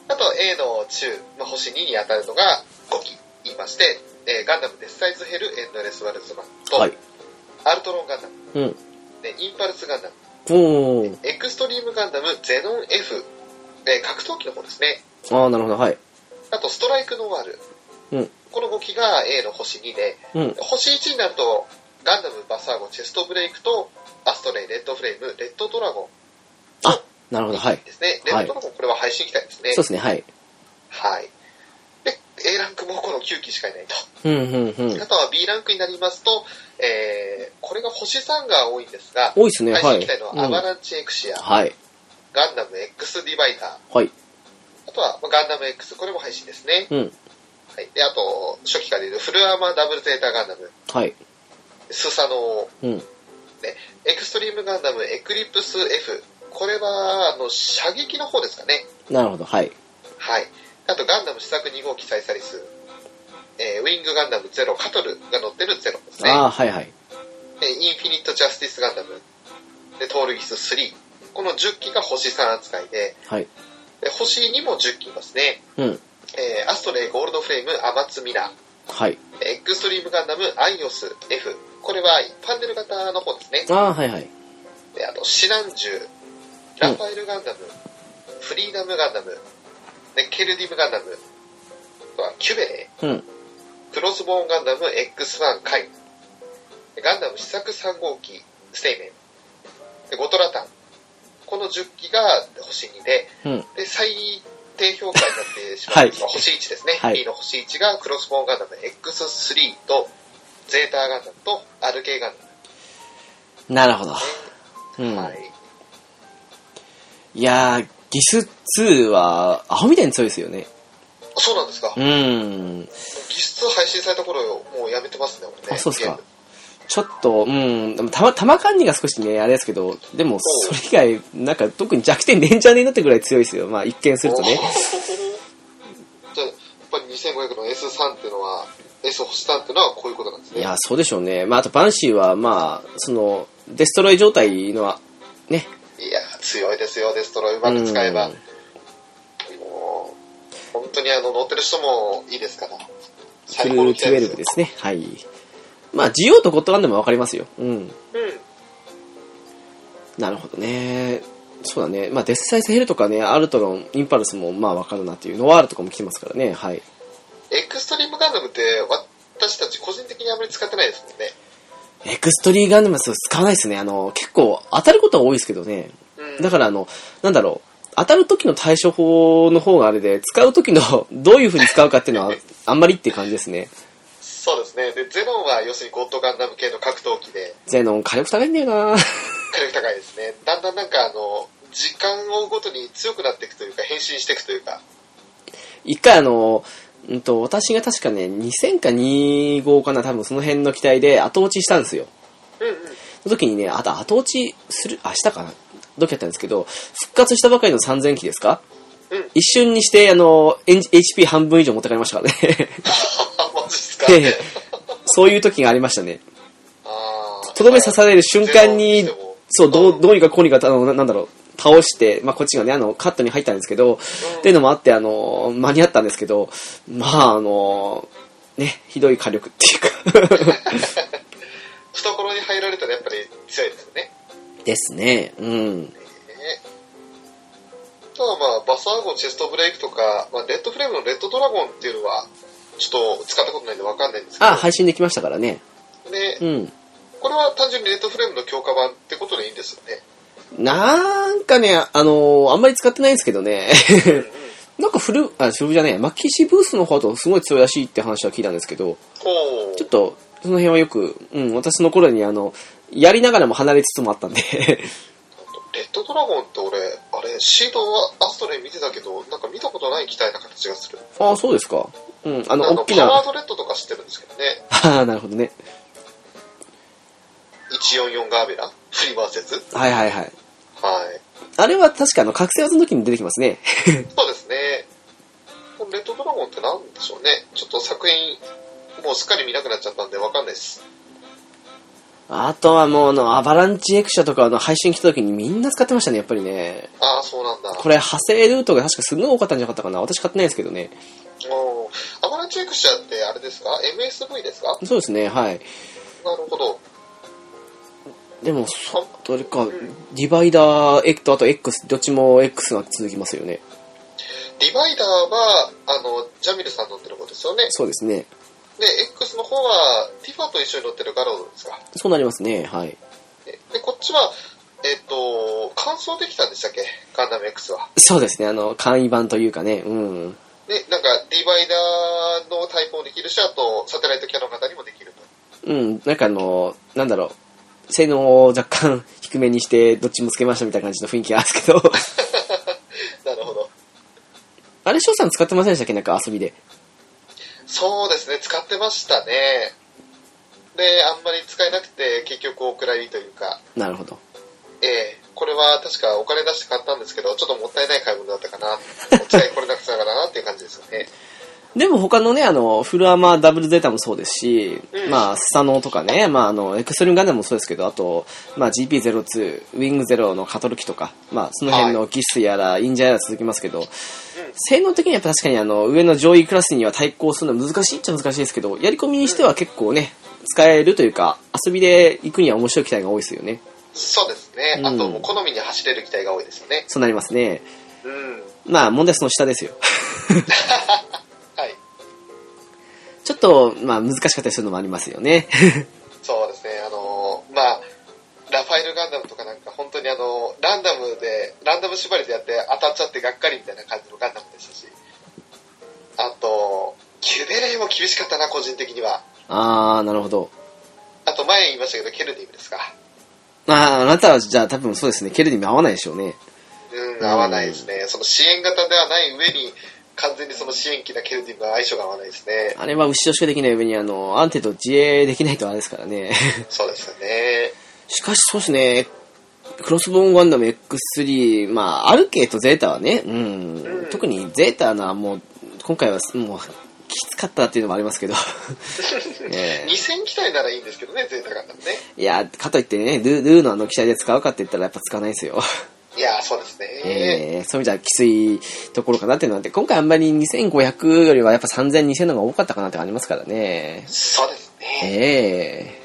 あと A の中、まあ、星2に当たるのが5機言いまして、えーガンダムデスサイズヘルエンドレスワルズマンと、はい。アルトロンガンダム、うん。でインパルスガンダム、おー。エクストリームガンダム、ゼノン F、えー格闘機の方ですね。あー、なるほど、はい。あとストライクノワール。うんこの5機が A の星2で、うん。星1になると、ガンダムバサーゴ、チェストブレイクと、アストレイ、レッドフレーム、レッドドラゴン、あ、なるほど、はい。ですね。レッドドラゴン、これは配信機体ですねそ。うですね、はい。はい。で、A ランクもこの9機しかいないと。うん、うん、うんあ。とは B ランクになりますと、えー、これが星3が多いんですが、多いっすね、は配信い機体。のうアんバランチエクシア、はい。ガンダム X ディバイダはい。ー、あとはまあガンダム X、これも配信ですね。うん。はい。で、あと、初期からいるフルアーマーダブルゼータガンダム、はい。スサノうん。ー、エクストリームガンダムエクリプス F、これは、あの、射撃の方ですかね。なるほど、はい。はい。あと、ガンダム試作2号機サイサリス、えーウィングガンダムゼロ、カトルが乗ってるゼロですね。あー、はい、はい。えーインフィニット・ジャスティス・ガンダム、で、トールギス3。この10機が星3扱いで、はい。で星2も10機いますね。うん。えーアストレイ、ゴールドフレーム、アマツミラ、はい。えーエクストリームガンダム、アイオス、F。これは、パンデル型の方ですね。あー、はい、はい。で、あと、シナンジュ、ラファエルガンダム、フリーダムガンダム、で、ケルディムガンダム、あとはキュベレうん。クロスボーンガンダム X1 回、ガンダム試作3号機ステイメン、でゴトラタン、この10機が星2で、うん。で最低評価になってしまうのはが星1ですね、はい B の星1がクロスボーンガンダム X3 と、ゼータガンダムと RK ガンなるほど。うダム、んは。い、いやー、ギス2は、アホみたいに強いですよね。そうなんですか、うーん。技術配信された頃もうやめてますね、俺ねあ、そうですゲーかム。ちょっと、うん、でもた弾管理が少しね、あれですけど、でも、それ以外、なんか特に弱点、レンジャーになってくらい強いですよ。まあ、一見するとね。 じゃあ、やっぱり2500の S3 っていうのは、S 星3っていうのはこういうことなんですいね。や、そうでしょうね。まあ、あと、バンシーは、まあ、その、デストロイ状態のは、ね、いや、強いですよ、デストロイうまく使えば。うんもう、本当にあの、乗ってる人もいいですから。最高の機体で212すよ。ですね。はい。まあ、ジオとゴッドガンでもわかりますよ。うん。うん。なるほどね。そうだね。まあ、デスサイスヘルとかね、アルトロン、インパルスも、まあ、わかるなっていう。ノワールとかも来てますからね。はい。エクストリームガンダムって、私たち個人的にあまり使ってないですもんね。エクストリーガンダムはそう使わないですね。あの、結構、当たることは多いですけどね。うんだから、あの、なんだろう。当たる時の対処法の方があれで、使う時の どういう風に使うかっていうのは、あんまりっていう感じですね。そうですね。で、ゼノンは要するにゴッドガンダム系の格闘機で、ゼノン、火力高いんだよな火力高いですね。だんだんなんかあの、時間を追うごとに強くなっていくというか、変身していくというか。一回あの、うんと、私が確かね、2000か25かな、多分その辺の機体で後落ちしたんですよ。うん うん。その時にね、あと後落ちする、明日かな時だったんですけど、復活したばかりの3000機ですかうん一瞬にして、あの、エンジ HP 半分以上持ってかれましたから ね。マジっすか。でそういう時がありましたね。あーとどめ刺される瞬間にゼノンしても、そう、どう、んどうにかこうにか、あの、ななんだろう、倒して、まあ、こっちがね、あの、カットに入ったんですけど、っていうのもあって、あの、間に合ったんですけど、まあ、あの、ね、ひどい火力っていうか、 懐に入られたらやっぱり強いですよね。ですね、うん。ねただまあ、バサーゴンチェストブレイクとか、まあ、レッドフレームのレッドドラゴンっていうのは、ちょっと使ったことないんでわかんないんですけど、あ、配信できましたからね。でうん。これは単純にレッドフレームの強化版ってことでいいんですよね。なんかね、あのあんまり使ってないんですけどね。 なんかフル、あ、フルじゃない、マキシブースの方だとすごい強いらしいって話は聞いたんですけど、ほうちょっと、その辺はよく、うん、私の頃にあの、やりながらも離れつつもあったんで、 レッドドラゴンって俺、あれ、シードはアストレイ見てたけど、なんか見たことない機体な形がする。ああ、そうですか。うん、ああの、の、大パきワなー、ドレッドとか知ってるんですけどね。 ああ、なるほどね。 144ガーベラフリーバー説はいはいはい。はい。あれは確かあの、覚醒技の時に出てきますね。 そうですね。このレッドドラゴンってなんでしょうね。ちょっと作品、もうすっかり見なくなっちゃったんでわかんないです。あとはもう、あの、アバランチエクシャとかの配信来た時にみんな使ってましたね、やっぱりね。ああ、そうなんだ。これ、派生ルートが確かすごい多かったんじゃなかったかな。私買ってないですけどね。おーアバランチエクシャってあれですか ?MSV ですかそうですね、はい。なるほど。でも、そ、どれか、ディバイダー、エクとあと X、どっちも X が続きますよね。ディバイダーは、あの、ジャミルさん乗ってる方ですよね。そうですね。で、X の方は、ティファと一緒に乗ってるガロードですか。そうなりますね、はい。で、でこっちは、えっと、完走できたんでしたっけガンダム X は。そうですね、あの、簡易版というかね、うん。で、なんか、ディバイダーのタイプもできるし、あと、サテライトキャノン型にもできると。うん、なんかあの、なんだろう、性能を若干低めにして、どっちもつけましたみたいな感じの雰囲気があるんですけど、 なるほど。あれ、翔さん使ってませんでしたっけなんか遊びで。そうですね、使ってましたね。で、あんまり使えなくて、結局お蔵入りというか、なるほど。ええこれは確かお金出して買ったんですけど、ちょっともったいない買い物だったかな、お使いこれなくたからなっていう感じですよね。でも他のね、あの、フルアーマーダブルゼータもそうですし、うんまあ、スサノーとかね、まあ、あの、エクストリームガンダムもそうですけど、あと、まあ、GP02、ウィングゼロのカトルキとか、まあ、その辺のギスやら、インジャーやら続きますけど、性能的には確かにあの、上の上位クラスには対抗するのは難しいっちゃ難しいですけど、やり込みにしては結構ね、使えるというか、遊びで行くには面白い機体が多いですよね。そうですね。うんあと、もう好みに走れる機体が多いですよね。そうなりますね。うん。 まあ、問題はその下ですよ。 はい。ちょっと、まあ、難しかったりするのもありますよね。 そうですね。あのーまあ、ラファエルガンダムとかなんか本当にあの、ランダムで、ランダム縛りでやって当たっちゃってがっかりみたいな感じのガンダムでしたし、あと、キュベレイも厳しかったな、個人的には。あー、なるほど。あと前言いましたけど、ケルディムですか。まあ、あなたはじゃあ多分そうですね、ケルディに合わないでしょうね。うん、合わないですね。その支援型ではない上に、完全にその支援機なケルディンとの相性が合わないですね。あれは後ろしかできない上に、あの、アンテと自衛できないとあれですからね。 そうですよね。しかし、そうですね。クロスボーンガンダム X3、まあ、アルケーとゼータはね、うん、うん特にゼータのはもう、今回はもう、きつかったっていうのもありますけど。 え2000機体ならいいんですけどね、ゼータガンダムね。いや、かといってね、ルルーのあの機体で使うかって言ったらやっぱ使わないですよ。いやー、そうですね。えー、そういう意味じゃきついところかなっていうのはあって、今回あんまり2500よりはやっぱ3000、2000の方が多かったかなって感じますからね。そうですね。ええ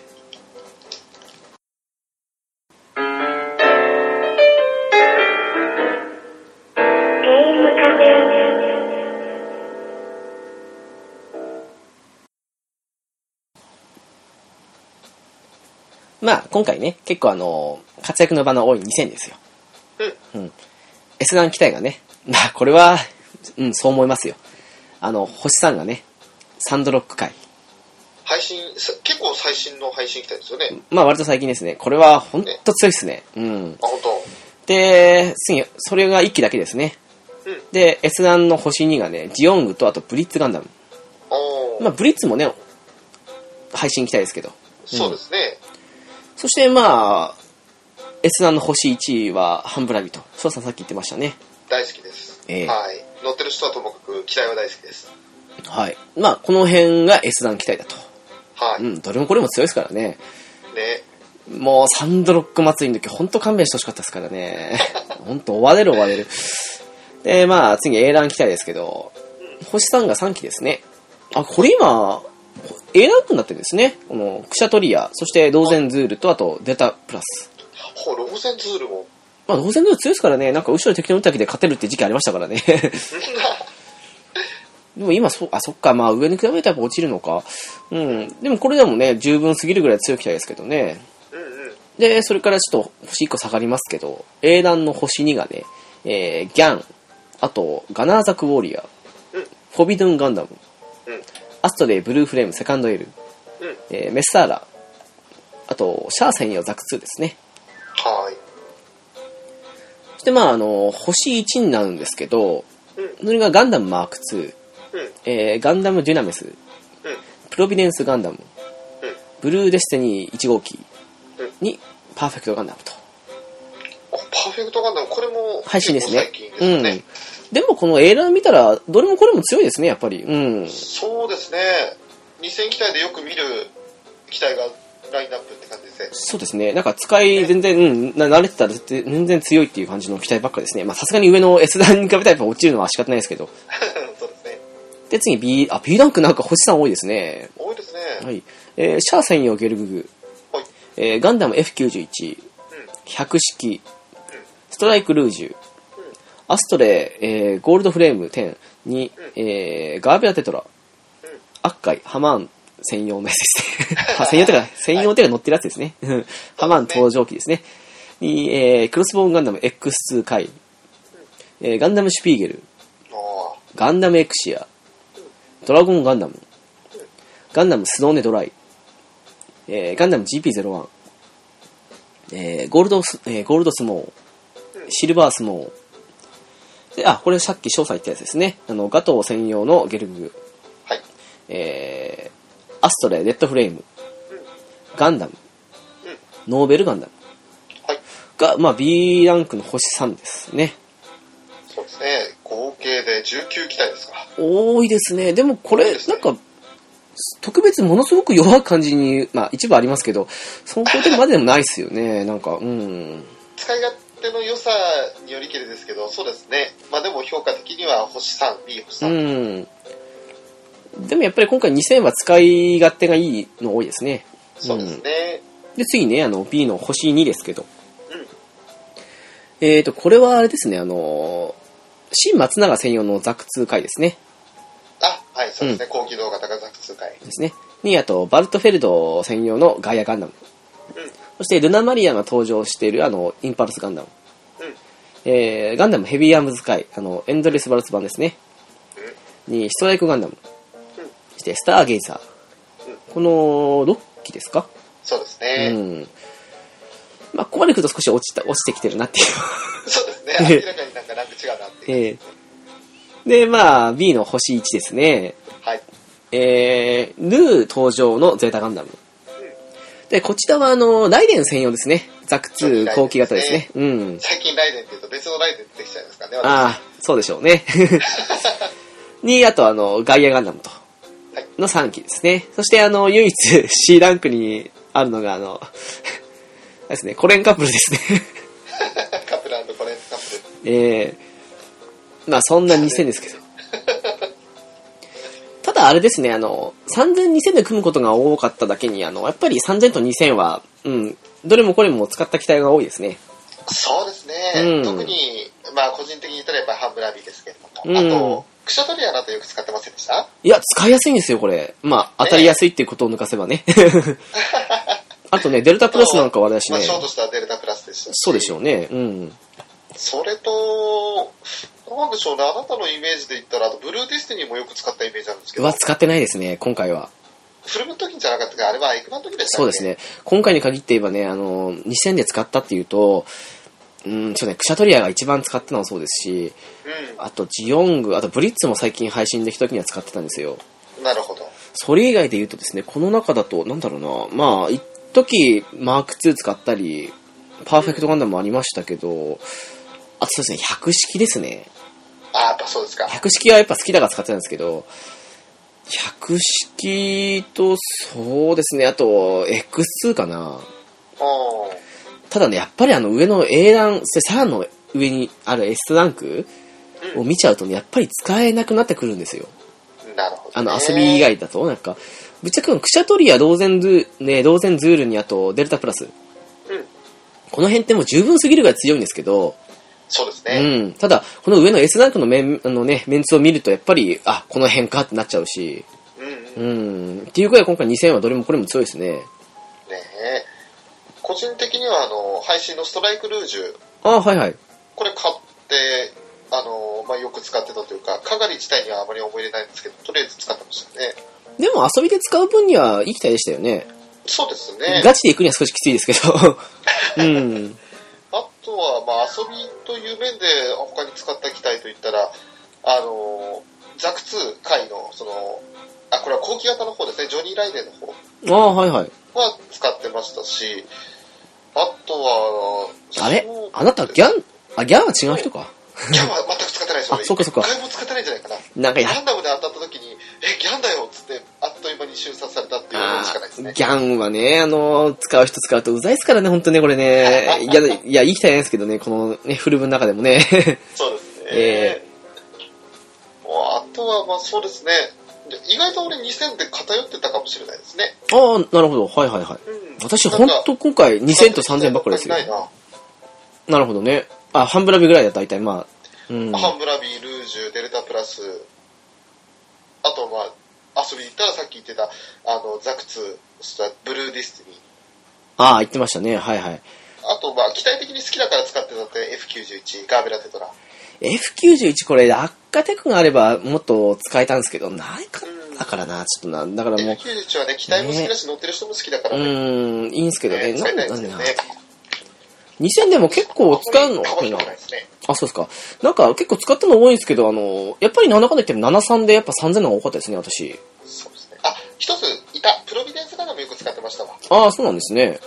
まあ、今回ね、結構あの、活躍の場の多い2000ですよ。うん。S ガン機体がね、まあ、これは、うん、そう思いますよ。あの、星さんがね、サンドロック界。配信、さ結構最新の配信機体ですよね。まあ、割と最近ですね。これは、ほんと強いですね。うん。あ、本当。で、次、それが1機だけですね。うん。で、S ガンの星2がね、ジオングとあとブリッツガンダム。おー、まあ、ブリッツもね、配信機体ですけど。そうですね。そして、まあ、S ガンの星1はハンブラビと。そうさんさっき言ってましたね。大好きです。ええはい。乗ってる人はともかく、機体は大好きです。はい。まあ、この辺が S ガン機体だと。はい。うね。ん、どれもこれも強いですからね。もうサンドロック祭りの時、ほんと勘弁してほしかったですからね。 ほんと追われる追われる。で、まあ、次 A ラン期待ですけど、星さんが3期ですね。あ、これ今、A ランクになってるんですね。この、クシャトリア、そしてローゼンズールと、あと、データプラス。ほう、ローゼンツールも。まあ、ローゼンズール強いですからね、なんか後ろに敵の打っただけで勝てるって時期ありましたからね。 でも今そ、あ、そっか、まあ上に比べるとやっぱ落ちるのか。うん。でもこれでもね、十分すぎるぐらい強い機体ですけどね。うんうん。で、それからちょっと星1個下がりますけど、英断の星2がね、えー、ギャン、あと、ガナーザクウォリアうん、フォビドゥンガンダム、うん。アストレイ、ブルーフレーム、セカンドエル、うん。えーメッサーラ、あと、シャア専用ザク2ですね。はい。そして、まあ、あの、星1になるんですけど、うん。それがガンダムマーク2、うん。えーガンダムデュナメス、うん。プロビデンスガンダム、うん。ブルーデスティニー1号機うんに、パーフェクトガンダムと。パーフェクトガンダム、これも、配信ですね。最近ですよね。うん。でもこの映画見たら、どれもこれも強いですね、やっぱり。うん。そうですね。2000機体でよく見る機体がラインナップって感じですね。 そうですね。なんか使い、全然、うん、な慣れてたら全然強いっていう感じの期待ばっかですね。まあさすがに上の S 段に比べたらやっぱ落ちるのは仕方ないですけど。そうですね。で、次 B、あ、B ランクなんか星さん多いですね。多いですね。は。い。えーシャア専用ゲルググ、はい。えーガンダム F91、100式、ストライクルージュ、アストレイ、えーゴールドフレーム10に、えーガーベラテトラ、アッカイ、ハマーン専用のやつですね。 あ専用というか、専用というか乗ってるやつですね。うんハマーン登場機ですね。に、えークロスボーンガンダム X2 回、えーガンダムシュピーゲル、うん。あガンダムエクシア、ドラゴンガンダム、ガンダムスノーネドライ、えーガンダム GP01、えーゴールドス、えーゴールドスモー、シルバースモー、で、あ、これさっき翔さん言ったやつですね。あの、ガトー専用のゲルググ、あ。はい。えーアストレイ、レッドフレーム、ガンダム、ノーベルガンダムはい。が、まあ、B ランクの星3ですね。そうですね。合計で19機体ですか。多いですね。でもこ多いれで、すなねんか、特別ものすごく弱い感じに、まあ一部ありますけど、そういうとこまででもないですよね。 なんか、うん。使い勝手の良さによりけりですけど、そうですね。まあでも評価的には星3、B 星う3。ん。でもやっぱり今回2000は使い勝手がいいの多いですね。そうですね。で、次ね、あの、B の星2ですけど。うん。えーと、これはあれですね、あの、新松永専用のザク2回ですね。あ、はい、そうですね。高機動型がザク数回。ですね。に、あと、バルトフェルド専用のガイアガンダム。うそして、ルナマリアが登場している、あの、インパルスガンダム。ん。うん。えーガンダムヘビーアームズ界、あの、エンドレスバルス版ですね。に、ストライクガンダム。うんそして、スターゲイザー。この、6機ですかそうですうね。ん。まあ、ここまで来ると少し落ちた、落ちてきてるなっていう。 そうですね。明らかになんかランク違うなっていう。ええで、まあ、B の星1ですね。はい。えー、ヌー登場のゼータガンダム。で、こちらは、あの、ライデン専用ですね。ザク2後期型ですね。うん。最近ライデンって言うと別のライデン出てきちゃいますからね。私ああ、そうでしょうね。 に、あと、あの、ガイアガンダムとはい。の3機ですね。そして、あの、唯一 C ランクにあるのが、あの、あれですね、コレンカップルですね。カップルコレンカップル。えー、まあそんな2000です けど。ただあれですね、あの、3000、2000で組むことが多かっただけに、あの、やっぱり3000と2000は、うん、どれもこれも使った機体が多いですね。そうですね。うん特に、まあ個人的に言ったらやっぱハンブラビーですけれども。うんあと、クシャトリアなんてよく使ってませんでしたいや、使いやすいんですよ、これ。まあ、当たりやすいっていうことを抜かせば ね。あとね、デルタプラスなんかはあれだしまねあ、。ショートしたらデルタプラスでしたしそうでしょうね。うん。それと、なんでしょうね、あなたのイメージで言ったら、あとブルーディスティニーもよく使ったイメージあるんですけはど、使ってないですね、今回は。フルムの時じゃなかったか、あれはアイクマの時でしたそうです。ね。今回に限って言えばね、あの、2000で使ったっていうと、うん、そうね、クシャトリアが一番使ったのはそうですし、うあとジオング、あとブリッツも最近配信できた時には使ってたんですよ。ん、なるほど。それ以外で言うとですね、この中だと、なんだろうな、まあ、一時マーク2使ったり、パーフェクトガンダムもありましたけど、あとそうですね、百式ですね。あやっぱそうですか。百式はやっぱ好きだから使ってたんですけど、百式と、そうですね、あと、X2 かな。おーただね、やっぱりあの上の A ラン、それ3の上にある S ランクを見ちゃうとね、やっぱり使えなくなってくるんですよ。なるほど、あね。の、遊び以。外だと、なんか、ぶっちゃけこのクシャトリア、ローゼンズー、ね、ローゼンズールにあと、デルタプラス。うん、この辺ってもう十分すぎるぐらい強いんですけど、そうですうね。ん。ただ、この上の S ランクのメン、あのね、メンツを見ると、やっぱり、あ、この辺かってなっちゃうし、うん、うん、ねうん。っていうぐらい今回2000はどれもこれも強いですね。え個人的には、あの、配信のストライクルージュ、あはいはい。これ買って、あの、まあ、よく使ってたというか、かがり自体にはあまり思い入れないんですけど、とりあえず使ってましたね。でも遊びで使う分にはいい機体でしたよね。そうですね。ガチで行くには少しきついですけ ど。うん。あとは、まあ、遊びという面で他に使った機体といったら、あの、ザク2回の、その、あ、これは後期型の方ですね、ジョニー・ライデンの方ああはいはい。は使ってましたし、あとは、あれそうあなた、ギャン、あ、ギャンは違う人か。ギャンは全く使ってないですよあそっかそっか一回も使ってないんじゃないかな。なんかやっランダムで当たった時に、え、ギャンだよっつって、あっという間に瞬殺されたっていうのしかないですね。ギャンはね、あの、使う人使うとうざいですからね、本当ね、これ ね。いや、いや、いい機体なんですけどね、このね、フル分の中でもね。そうですね。えもうあとは、まあそうですね。意外と俺2000で偏ってたかもしれないですね。ああ、なるほど、はいはいはい。うん私、本当今回2000と3000ばっかりですよな。いな。なるほどね。あ、半ブラビぐらいだ、大体、まあ。うん。ハンブラビー、ルージュ、デルタプラス、あとまあ、遊びに行ったらさっき言ってた、あの、ザクツ、そしたらブルーディスティニー。ああ、言ってましたね、はいはい。あとまあ、機体的に好きだから使ってたって F91、ガーベラテトラ。 F91 これ、落下テクがあればもっと使えたんですけど、ないかだからな、ちょっとな、だからもう、 F91 はね、機体も好きだし、乗ってる人も好きだからうね。ーん、いいんすけどね。使ないんたないんだろですうけどなね。。 2000でも結構使うのあんまりな変わってないですね。あ、そうですか。なんか結構使ったの多いんですけど、あの、やっぱり7かで言っても73でやっぱ3000の方が多かったですね、私。そうですね。あ、一ついた、プロビデンスガンダムよく使ってましたわ。ああ、そうなんですね。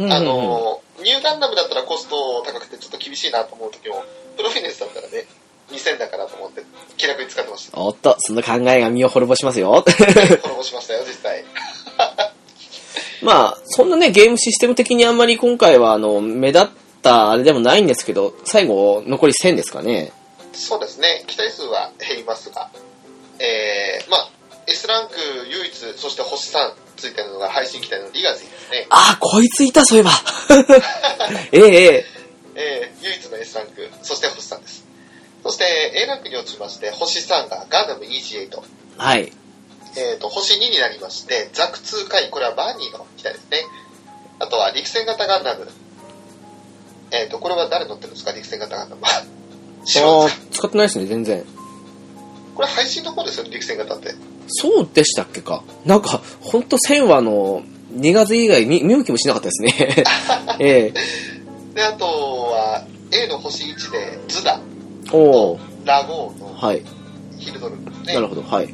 うんうんん。あの、ニューガンダムだったらコスト高くてちょっと厳しいなと思う時も、プロビデンスだったらね、2000だからと思って気楽に使って ました。おっと、その考えが身を滅ぼしますよ。滅ぼしましたよ、実際。 まあ、そんなね、ゲームシステム的にあんまり今回は、あの、目立ったあれでもないんですけど、最後、残り1000ですかね。そうですね、期待数は減りますが、えー、まあ、S ランク唯一、そして星3ついてるのが配信機体のリガジンですね。ああ、こいついた、そういえば。 えええええー、唯一の S ランク、そして星3です。そして A ランクに落ちまして、星3がガンダム28。はい。えー、と星2になりまして、ザク2回、これはバーニーの機体ですね。あとは陸戦型ガンダム。えー、と、これは誰乗ってるんですか、陸戦型ガンダムは。知らんあであすか、使ってないですね、全然。 これ配信の方ですよね、陸戦型って。そうでしたっけか。なんか、ほんと1000はあの、2月以外見見向きもしなかったですね。 ええで、あとは A の星1でズダ、おおラゴーのはい。ねなるほど、はい。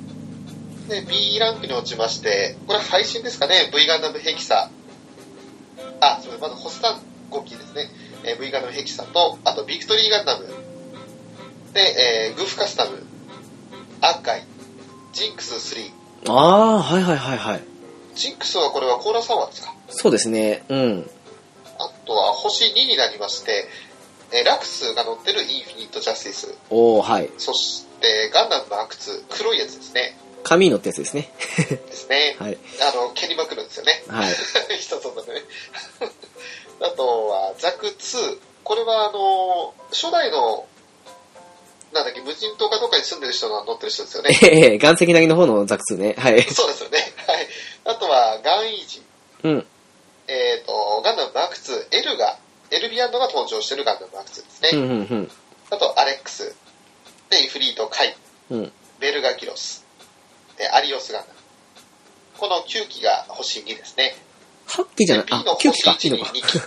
で B ランクに落ちましてこれ配信ですかね V ガンダムヘキサあそれまずホスタンゴキですね、えー V ガンダムヘキサとあとビクトリーガンダムで、えーグーフカスタムアンカイジンクス3ああー、はいはいはいはい。ジンクスはこれはコーラサワーですかそうですね、うん。あとは星2になりまして、えーラクスが乗ってるインフィニットジャスティスおー、はい。そしてガンダムマーク2黒いやつですね紙のってやつですね。ですねはい。あの蹴りまくるんですよねはい。 一つのね。あとは、ザク2。これは、あの、初代の、なんだっけ、無人島かどっかに住んでる人が乗ってる人です よね。ええ、岩石投げの方のザク2ね。はい。そうですよね。はい。あとは、ガンイージ。うん。えっ、と、ガンダムマーク2、エルが、エルビアンドが登場してるガンダムマーク2ですね。うん、うん、あと、アレックス。で、イフリート、カイ。うん。うん。ベルガキロス。で、アリオスガンダム。この9機が星2ですね。ハッキーじゃない、 B あの、 9機星か、いい1のにか。 2機。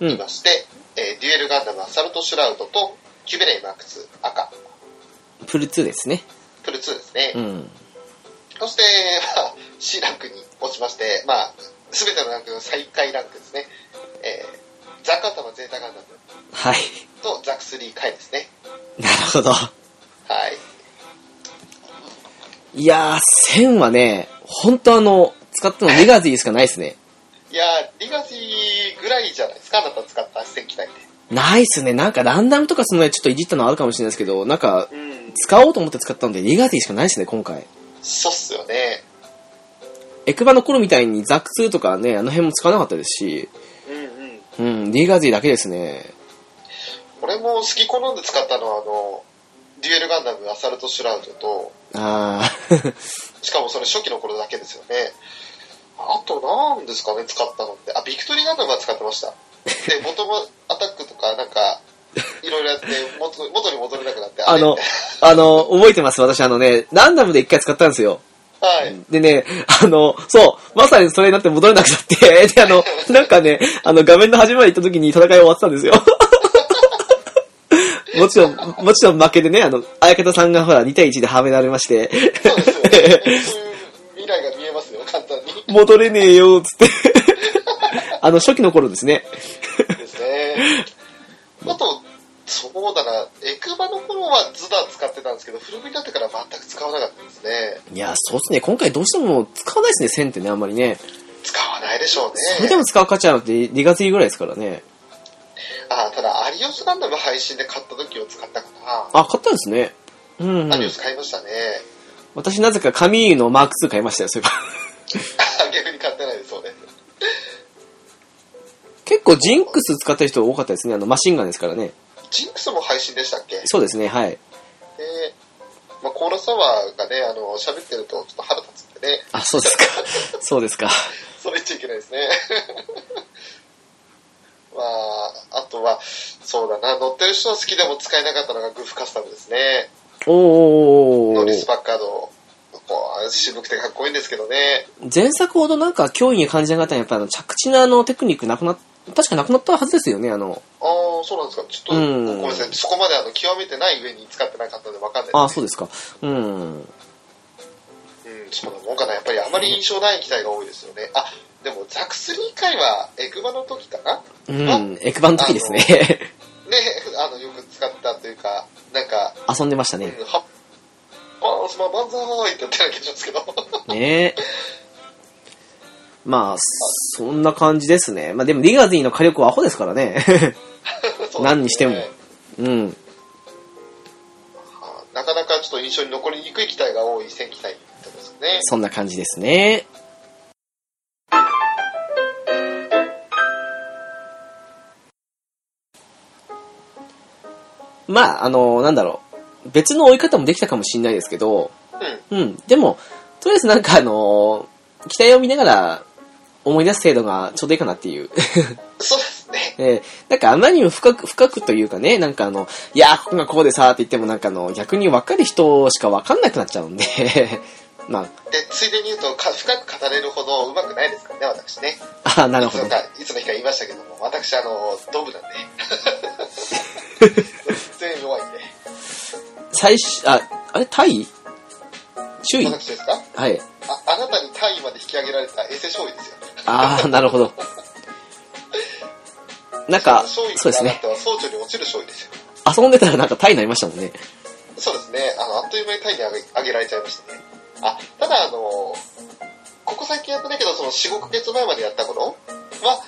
ういん。まして、えーデュエルガンダムアサルトシュラウドとキュベレイマーク2赤プル2ですね。プル2ですね、うん。そして、 まあ、C ランクに落ちまして、まあ、全てのランクの最下位ランクですね、えーザクアタマゼータガンダムはい。とザク3回ですねなるほど。はいいやー、1000はね、ほんとあの、使ったの2月いいしかないですね。いやーリガシーぐらいじゃないですかあなた使った戦機体でないっすね。なんかランダムとかそのね、ちょっといじったのあるかもしれないですけど、なんか、うん使おうと思って使ったので2月いいしかないですね、今回。そうっすよねエクバの頃みたいにザック2とかね、あの辺も使わなかったですし、うんうんうん、リーガーズィだけですね。俺も好き好んで使ったのはあのデュエルガンダムアサルトシュラウドとあー、 しかもそれ初期の頃だけですよね。あと何ですかね、使ったのって。あ、ビクトリーガンダムは使って ました。で、ボトムアタックとか、なんか、いろいろやって元、元に戻れなくなって。あれ、のあの、覚えてます、私あのね、ランダムで1回使ったんですよ。はい。でね、あの、そう、まさにそれになって戻れなくなって、 で、あの、なんかね、あの、画面の端まで行った時に戦い終わってたんですよ。 もちろん、もちろん負けでね、あの、相方さんがほら、2対1ではめられまして、そうですよね。そういう未来が見えますよ、簡単に。 戻れねえよ、つって。 あの、初期の頃ですね。 ですね。あと、そうだな、エクバの頃はズダ使ってたんですけど、古ルになってから全く使わなかったですね。いや、そうですね、今回どうしても使わないですね、1000ってね、あんまりね。使わないでしょうね。それでも使う価値あるのって2月ぐらいですからね。あ、ただ、アリオスガンダム配信で買った時を使ったかな。あ、買ったんですね。うん、うアリオん。ス買いましたね。 私なぜか紙のマーク2買いましたよ、そういえば。あ逆に買ってないですそうね結構ジンクス使ってる人多かったですね。あの、マシンガンですからね。ジンクスも配信でしたっけで、そうですね、はい。まあ、コーラサワーがねあの喋ってるとちょっと腹立つんでねあ、そうですか。 そうですか。それ言っちゃいけないですね まああとはそうだな乗ってる人は好きでも使えなかったのがグーフカスタムですねおノーリス・パッカードこう渋くてかっこいいんですけどね前作ほどなんか脅威に感じなかったのはやっぱあの着地のあのテクニックなくなっ確かなくなったはずですよね、あの。ああそうなんですかちょっと、うんごめんなさいそこまであの極めてない上に使ってなかったのでわかんないあ、そうですか。うん。うん、そうなもんかな。やっぱりあまり印象ない機体が多いですよね。あ、でもザク3回はエクバの時かなね、 うん。エクバの時ですね。あの、よく使ったというか、なんか、 遊んでましたうん、ね。はっ、あ、すまん、万歳って言ってた気がしますけ ど。ねえ。まあ、そんな感じですね。まあでも、リガーディの火力はアホですからね。 そう何にしてもですねうん。あなかなかちょっと印象に残りにくい機体が多い戦機体ってことですよね。そんな感じですね。まあ、あの、なんだろう。別の追い方もできたかもしれないですけど、うん。うん。でも、とりあえずなんかあの、期待を見ながら思い出す程度がちょうどいいかなっていう。 そうですね。えーなんかあまりにも深く、深くというかね、なんかあの、いやー、ここがこうでさーって言ってもなんかあの、逆に分かる人しか分かんなくなっちゃうんで、 まで、ついでに言うと、か深く語れるほどうまくないですからね、私ね。あ、あなるほそどう。かいつの日か言いましたけども、私、あの、ドブなんで。 全然弱いんで。最初、あ、あれタイ注意私ですかはい。ああなたに単位まで引き上げられた衛生勝利ですよ。ああ、 なるほど。なんか、そ勝利うですあなね。たは総長に落ちる勝利ですよ。遊んでたらなんかタイになりましたもんね。そうですね。あの、あっという間に単位に上げ上げられちゃいましたね。あ、ただあの、ここ最近やってないけど、その4、5ヶ月前までやった頃は、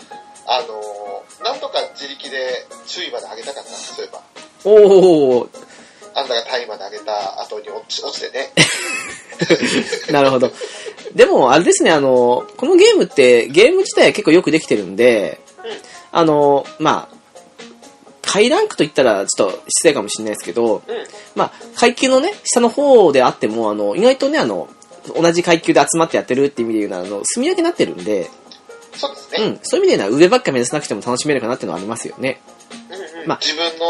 あの、なんとか自力で注意まで上げたかったな、そういえば。おー、あんたが単位まで上げた後に落ち落ちて ね。なるほど。でも、あれですね、あの、このゲームって、ゲーム自体は結構よくできてるんで、あの、まあ、ハイランクと言ったらちょっと失礼かもしれないですけど、うん。まあ、階級のね、下の方であっても、あの、意外とね、あの、同じ階級で集まってやってるっていう意味で言うのは、あの、住み分けになってるんで、そうですうね。ん、そういう意味では上ばっか目指さなくても楽しめるかなっていうのはありますよね。うんうんまあ自分の、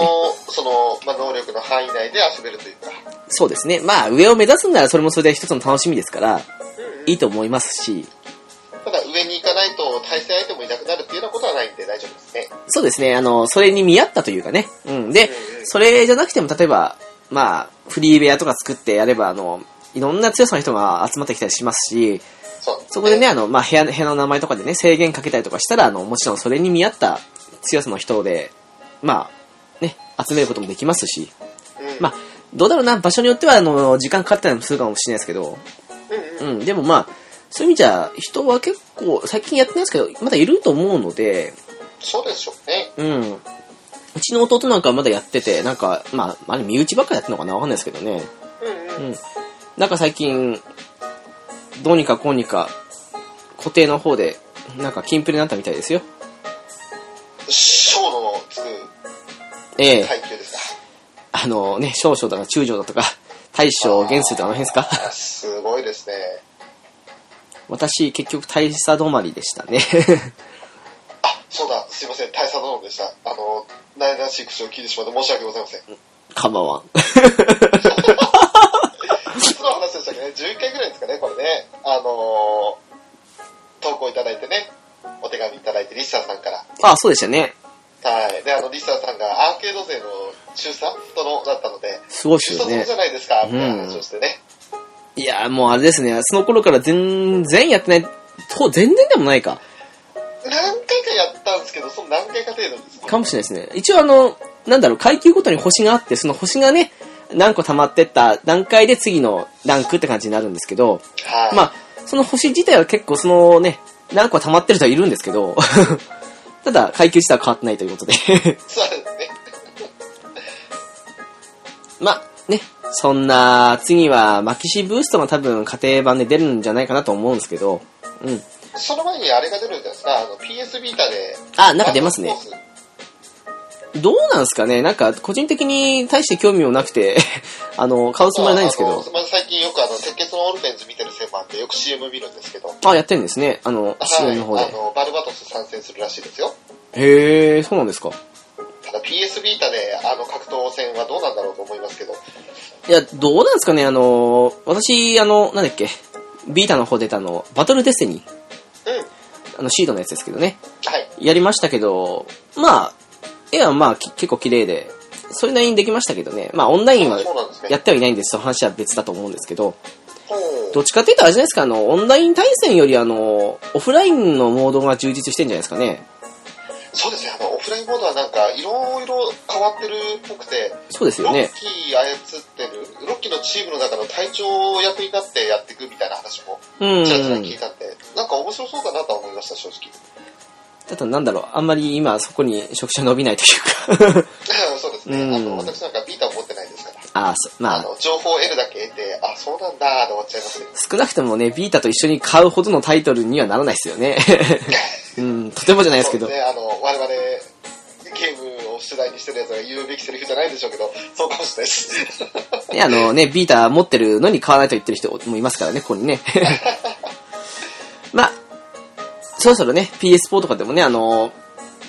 その、まあ、能力の範囲内で遊べるというか。そうですね。まあ、上を目指すならそれもそれで一つの楽しみですから、うんうんいいと思いますし、ただ上に行かないと対戦相手もいなくなるっていうようなことはないんで大丈夫ですね。そうですね、あの、それに見合ったというかね。うん。でうんう、んそれじゃなくても、例えば、まあ、フリーベアとか作ってやれば、あの、いろんな強さの人が集まってきたりしますし、そうですね。そこでね、あの、まあ、部屋、部屋の名前とかでね、制限かけたりとかしたら、あの、もちろんそれに見合った強さの人で、まあ、ね、集めることもできますし、うん、まあ、どうだろうな、場所によっては、あの、時間かかったりもするかもしれないですけど、うんうん。うん、でもまあ、そういう意味じゃ、人は結構、最近やってないですけど、まだいると思うので、そうでしょうね。うん。うちの弟なんかはまだやってて、なんか、まあ、あれ身内ばっかやってるのかなわかんないですけどね。うんうん。うん。なんか最近、どうにかこうにか、固定の方で、なんか金プレになったみたいですよ。小のつくええ階級ですか。あのね、少々だとか中将だとか、大将、元帥とかあの辺ですかあすごいですね。私、結局大差止まりでしたね。 あ、そうだ、すいません、大佐殿でした。あの、悩々しい口を聞いてしまって申し訳ございません。かまわん。いつの話でしたっけね、11回ぐらいですかね、これね。あのー投稿いただいてね、お手紙いただいて、リッサーさんから。あ、そうでしたね。はい。で、あの、リッサーさんがアーケード勢の中3殿だったので、すごいっす中よ卒ねじ。ゃないですか、みたいな話をしてね。いやーもうあれですね、その頃から全然やってない、と全然でもないか、何回かやったんですけど、その何回か程度です。かもしれないですね。一応あの、なんだろう、階級ごとに星があって、その星がね、何個溜まってった段階で次のランクって感じになるんですけど、はい。まあ、その星自体は結構そのね、何個溜まってる人はいるんですけど、 ただ階級自体は変わってないということで。 そうですね。まあ、ね、そんな、次はマキシブーストが多分家庭版で出るんじゃないかなと思うんですけど、うん。その前にあれが出るんじゃないですか、あの、PS ビータで。あ、なんか出ますねバト。ルコースどうなんですかねなんか、個人的に大して興味もなくて、 あの、買うつもりはないんですけあのど。まあ、最近よくあの、鉄血のオルフェンズ見てる専門でよく CM 見るんですけど、はい、あ、やってるんですね。あの、試合の方あで。の、バルバトス参戦するらしいですよ。へえ、そうなんですか。ただ PS ビータであの格闘戦はどうなんだろうと思いますけど、いや、どうなんですかねあの、私、あの、なんだっけ、ビータの方で出たあの、バトルデスティニー、うん。はい。あの、シードのやつですけどね。やりましたけど、まあ、絵はまあ、き結構綺麗で、それなりにできましたけどね。まあ、オンラインはそうなんですね。やってはいないんです、その話は別だと思うんですけど。ほうどっちかっていうとあれじゃないですか、あの、オンライン対戦よりあの、オフラインのモードが充実してんじゃないですかね。そうですね、あの、オフラインモードはなんか、いろいろ変わってるっぽくて、そうですロよッね。キー操ってる、ロッキーのチームの中の隊長役になってやっていくみたいな話も、うん。ちらちら聞いたんで、なんか面白そうだなとは思いました、正直。 ただなんだろう、あんまり今そこに職種が伸びないというか。そうですね、うんあの、私なんかビータを持ってないですから、 ああ、そまああ、の、情報を得るだけ得て、あ、そうなんだーで終わっちゃい ますけど、少なくともね、ビータと一緒に買うほどのタイトルにはならないですよね。 うん、とてもじゃないですけそうど。ね、あの、我々、ゲームを主題にしてるやつが言うべきセリフじゃないでしょうけど、そうかもしれないです。 ね、あのね、ビータ持ってるのに買わないと言ってる人もいますからね、ここにね。 まあ、そろそろね、PS4 とかでもね、あの、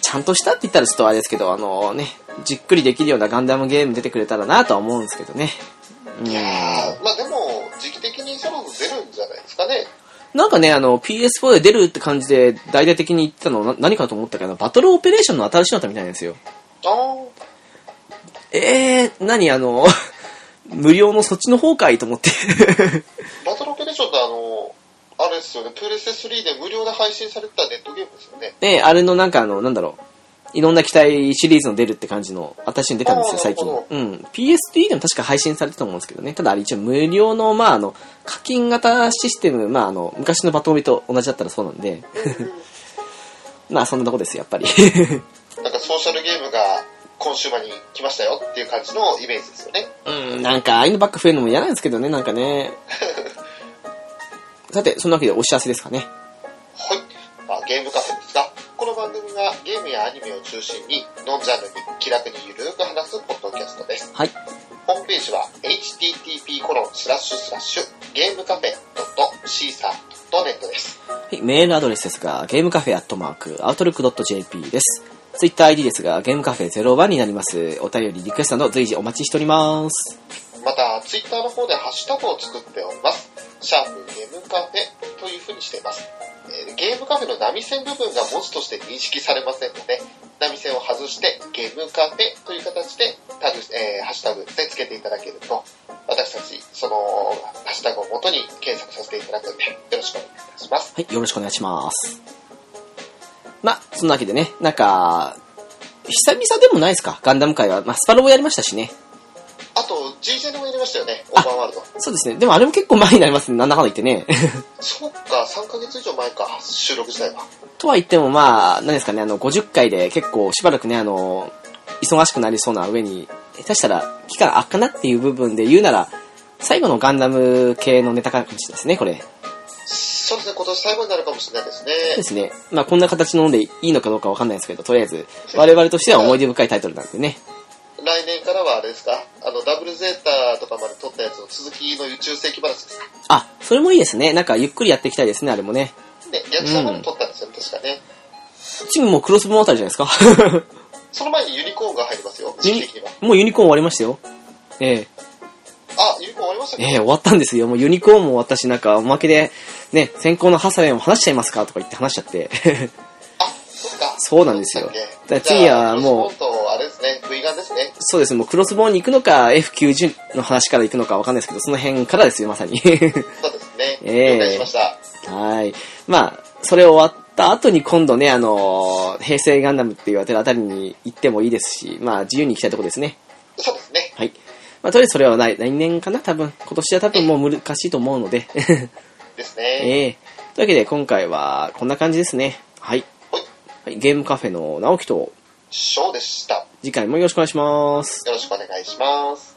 ちゃんとしたって言ったらちょっとあれですけど、あのね、じっくりできるようなガンダムゲーム出てくれたらなとは思うんですけどね。うんいやーまあでも、時期的にそろそろ出るんじゃないですかね。なんかね、あの、PS4 で出るって感じで、大々的に言ってたのな何かと思ったけど、バトルオペレーションの新しいのだったみたいなんですよ。あーえー、何あの、 無料のそっちの方かいと思って。バトルオペレーションってあの、あれですよね、プレステ3で無料で配信されてたネットゲームですよね。ねあれのなんかあの、なんだろう。いろんな機体シリーズの出るって感じの、私に出たんですよ、あー最近なるほ。うん。PSP でも確か配信されてたと思うんですけどね。ただあれ一応無料の、まああの、課金型システム、まああの、昔のバトオミと同じだったらそうなんで、 まあそんなとこですよ、やっぱり。 なんかソーシャルゲームが今週までに来ましたよっていう感じのイメージですよね。うん、なんか、ああいうのばっか増えるのも嫌なんですけどね、なんか ね。さて、そんなわけでお知らせですかね。はい。まあ、ゲームカフェですが、この番組はゲームやアニメを中心に、ノンジャンルに気楽にゆるーく話すポッドキャストです。はい。ホームページは http コロンスラッシュスラッシュゲームカフェ .caesar.net です。はいメールアドレスですが、ゲームカフェアットマーク、アウトルック .jp です。ツイッター ID ですが、ゲームカフェ01になります。お便り、リクエストなど随時お待ちしております。また、ツイッターの方でハッシュタグを作っております。シャープゲームカフェという風にしています。えーゲームカフェの波線部分が文字として認識されませんので、波線を外してゲームカフェという形でタグ、えーハッシュタグでつけていただけると、私たち、その、ハッシュタグを元に検索させていただくので、よろしくお願いいたします。はい、よろしくお願いします。まあ、そんなわけでね、なんか、久々でもないですか、ガンダム界は。まあ、スパロボやりましたしね。あと、GJ でもやりましたよね、オーバーワールド。そうですね。でもあれも結構前になりますね、なんだかんだ言ってね。 そっか、3ヶ月以上前か、収録時代は。とは言ってもまあ、何ですかね、あの、50回で結構しばらくね、あの、忙しくなりそうな上に、下手したら期間空くかなっていう部分で言うなら、最後のガンダム系のネタかもしれないですね、これ。そうですね、今年最後になるかもしれないですね。ですね。まあこんな形のんでいいのかどうかわかんないですけど、とりあえず、我々としては思い出深いタイトルなんでね。来年からはあれですか、あの、ダブルゼータとかまで撮ったやつの続きの宇宙世紀話ですか。あ、それもいいですね。なんかゆっくりやっていきたいですね、あれもね。ね、役者まで撮ったんですよね、確かね。チームもうクロスボーンあたりじゃないですか。 その前にユニコーンが入りますよ、時ユニ期的には。もうユニコーン終わりましたよ。ええあ、ユニコーン終わりましたええね。終わったんですよ。もうユニコーンも私なんか、おまけで、ね、先行のハサウェイも話しちゃいますかとか言って話しちゃって。 あ、そっか。そうなんですよそうでしたっけだから次はじゃあもうロスボーンとあれですね、V ガンですね。そうですね、もうクロスボーンに行くのか、F90 の話から行くのかわかんないですけど、その辺からですよ、まさに。 そうですね。ええ了解しました。はい。まあ、それ終わった後に今度ね、あのー平成ガンダムって言われてるあたりに行ってもいいですし、まあ、自由に行きたいとこですね。そうですね。はい。まあ、とりあえずそれは来来年かな、多分。今年は多分もう難しいと思うので。 ですね。ええというわけで、今回はこんな感じですね。はい。はい、はい、ゲームカフェの直樹と、ショーでした。よ次回もよろしくお願いします。ろしくお願いします。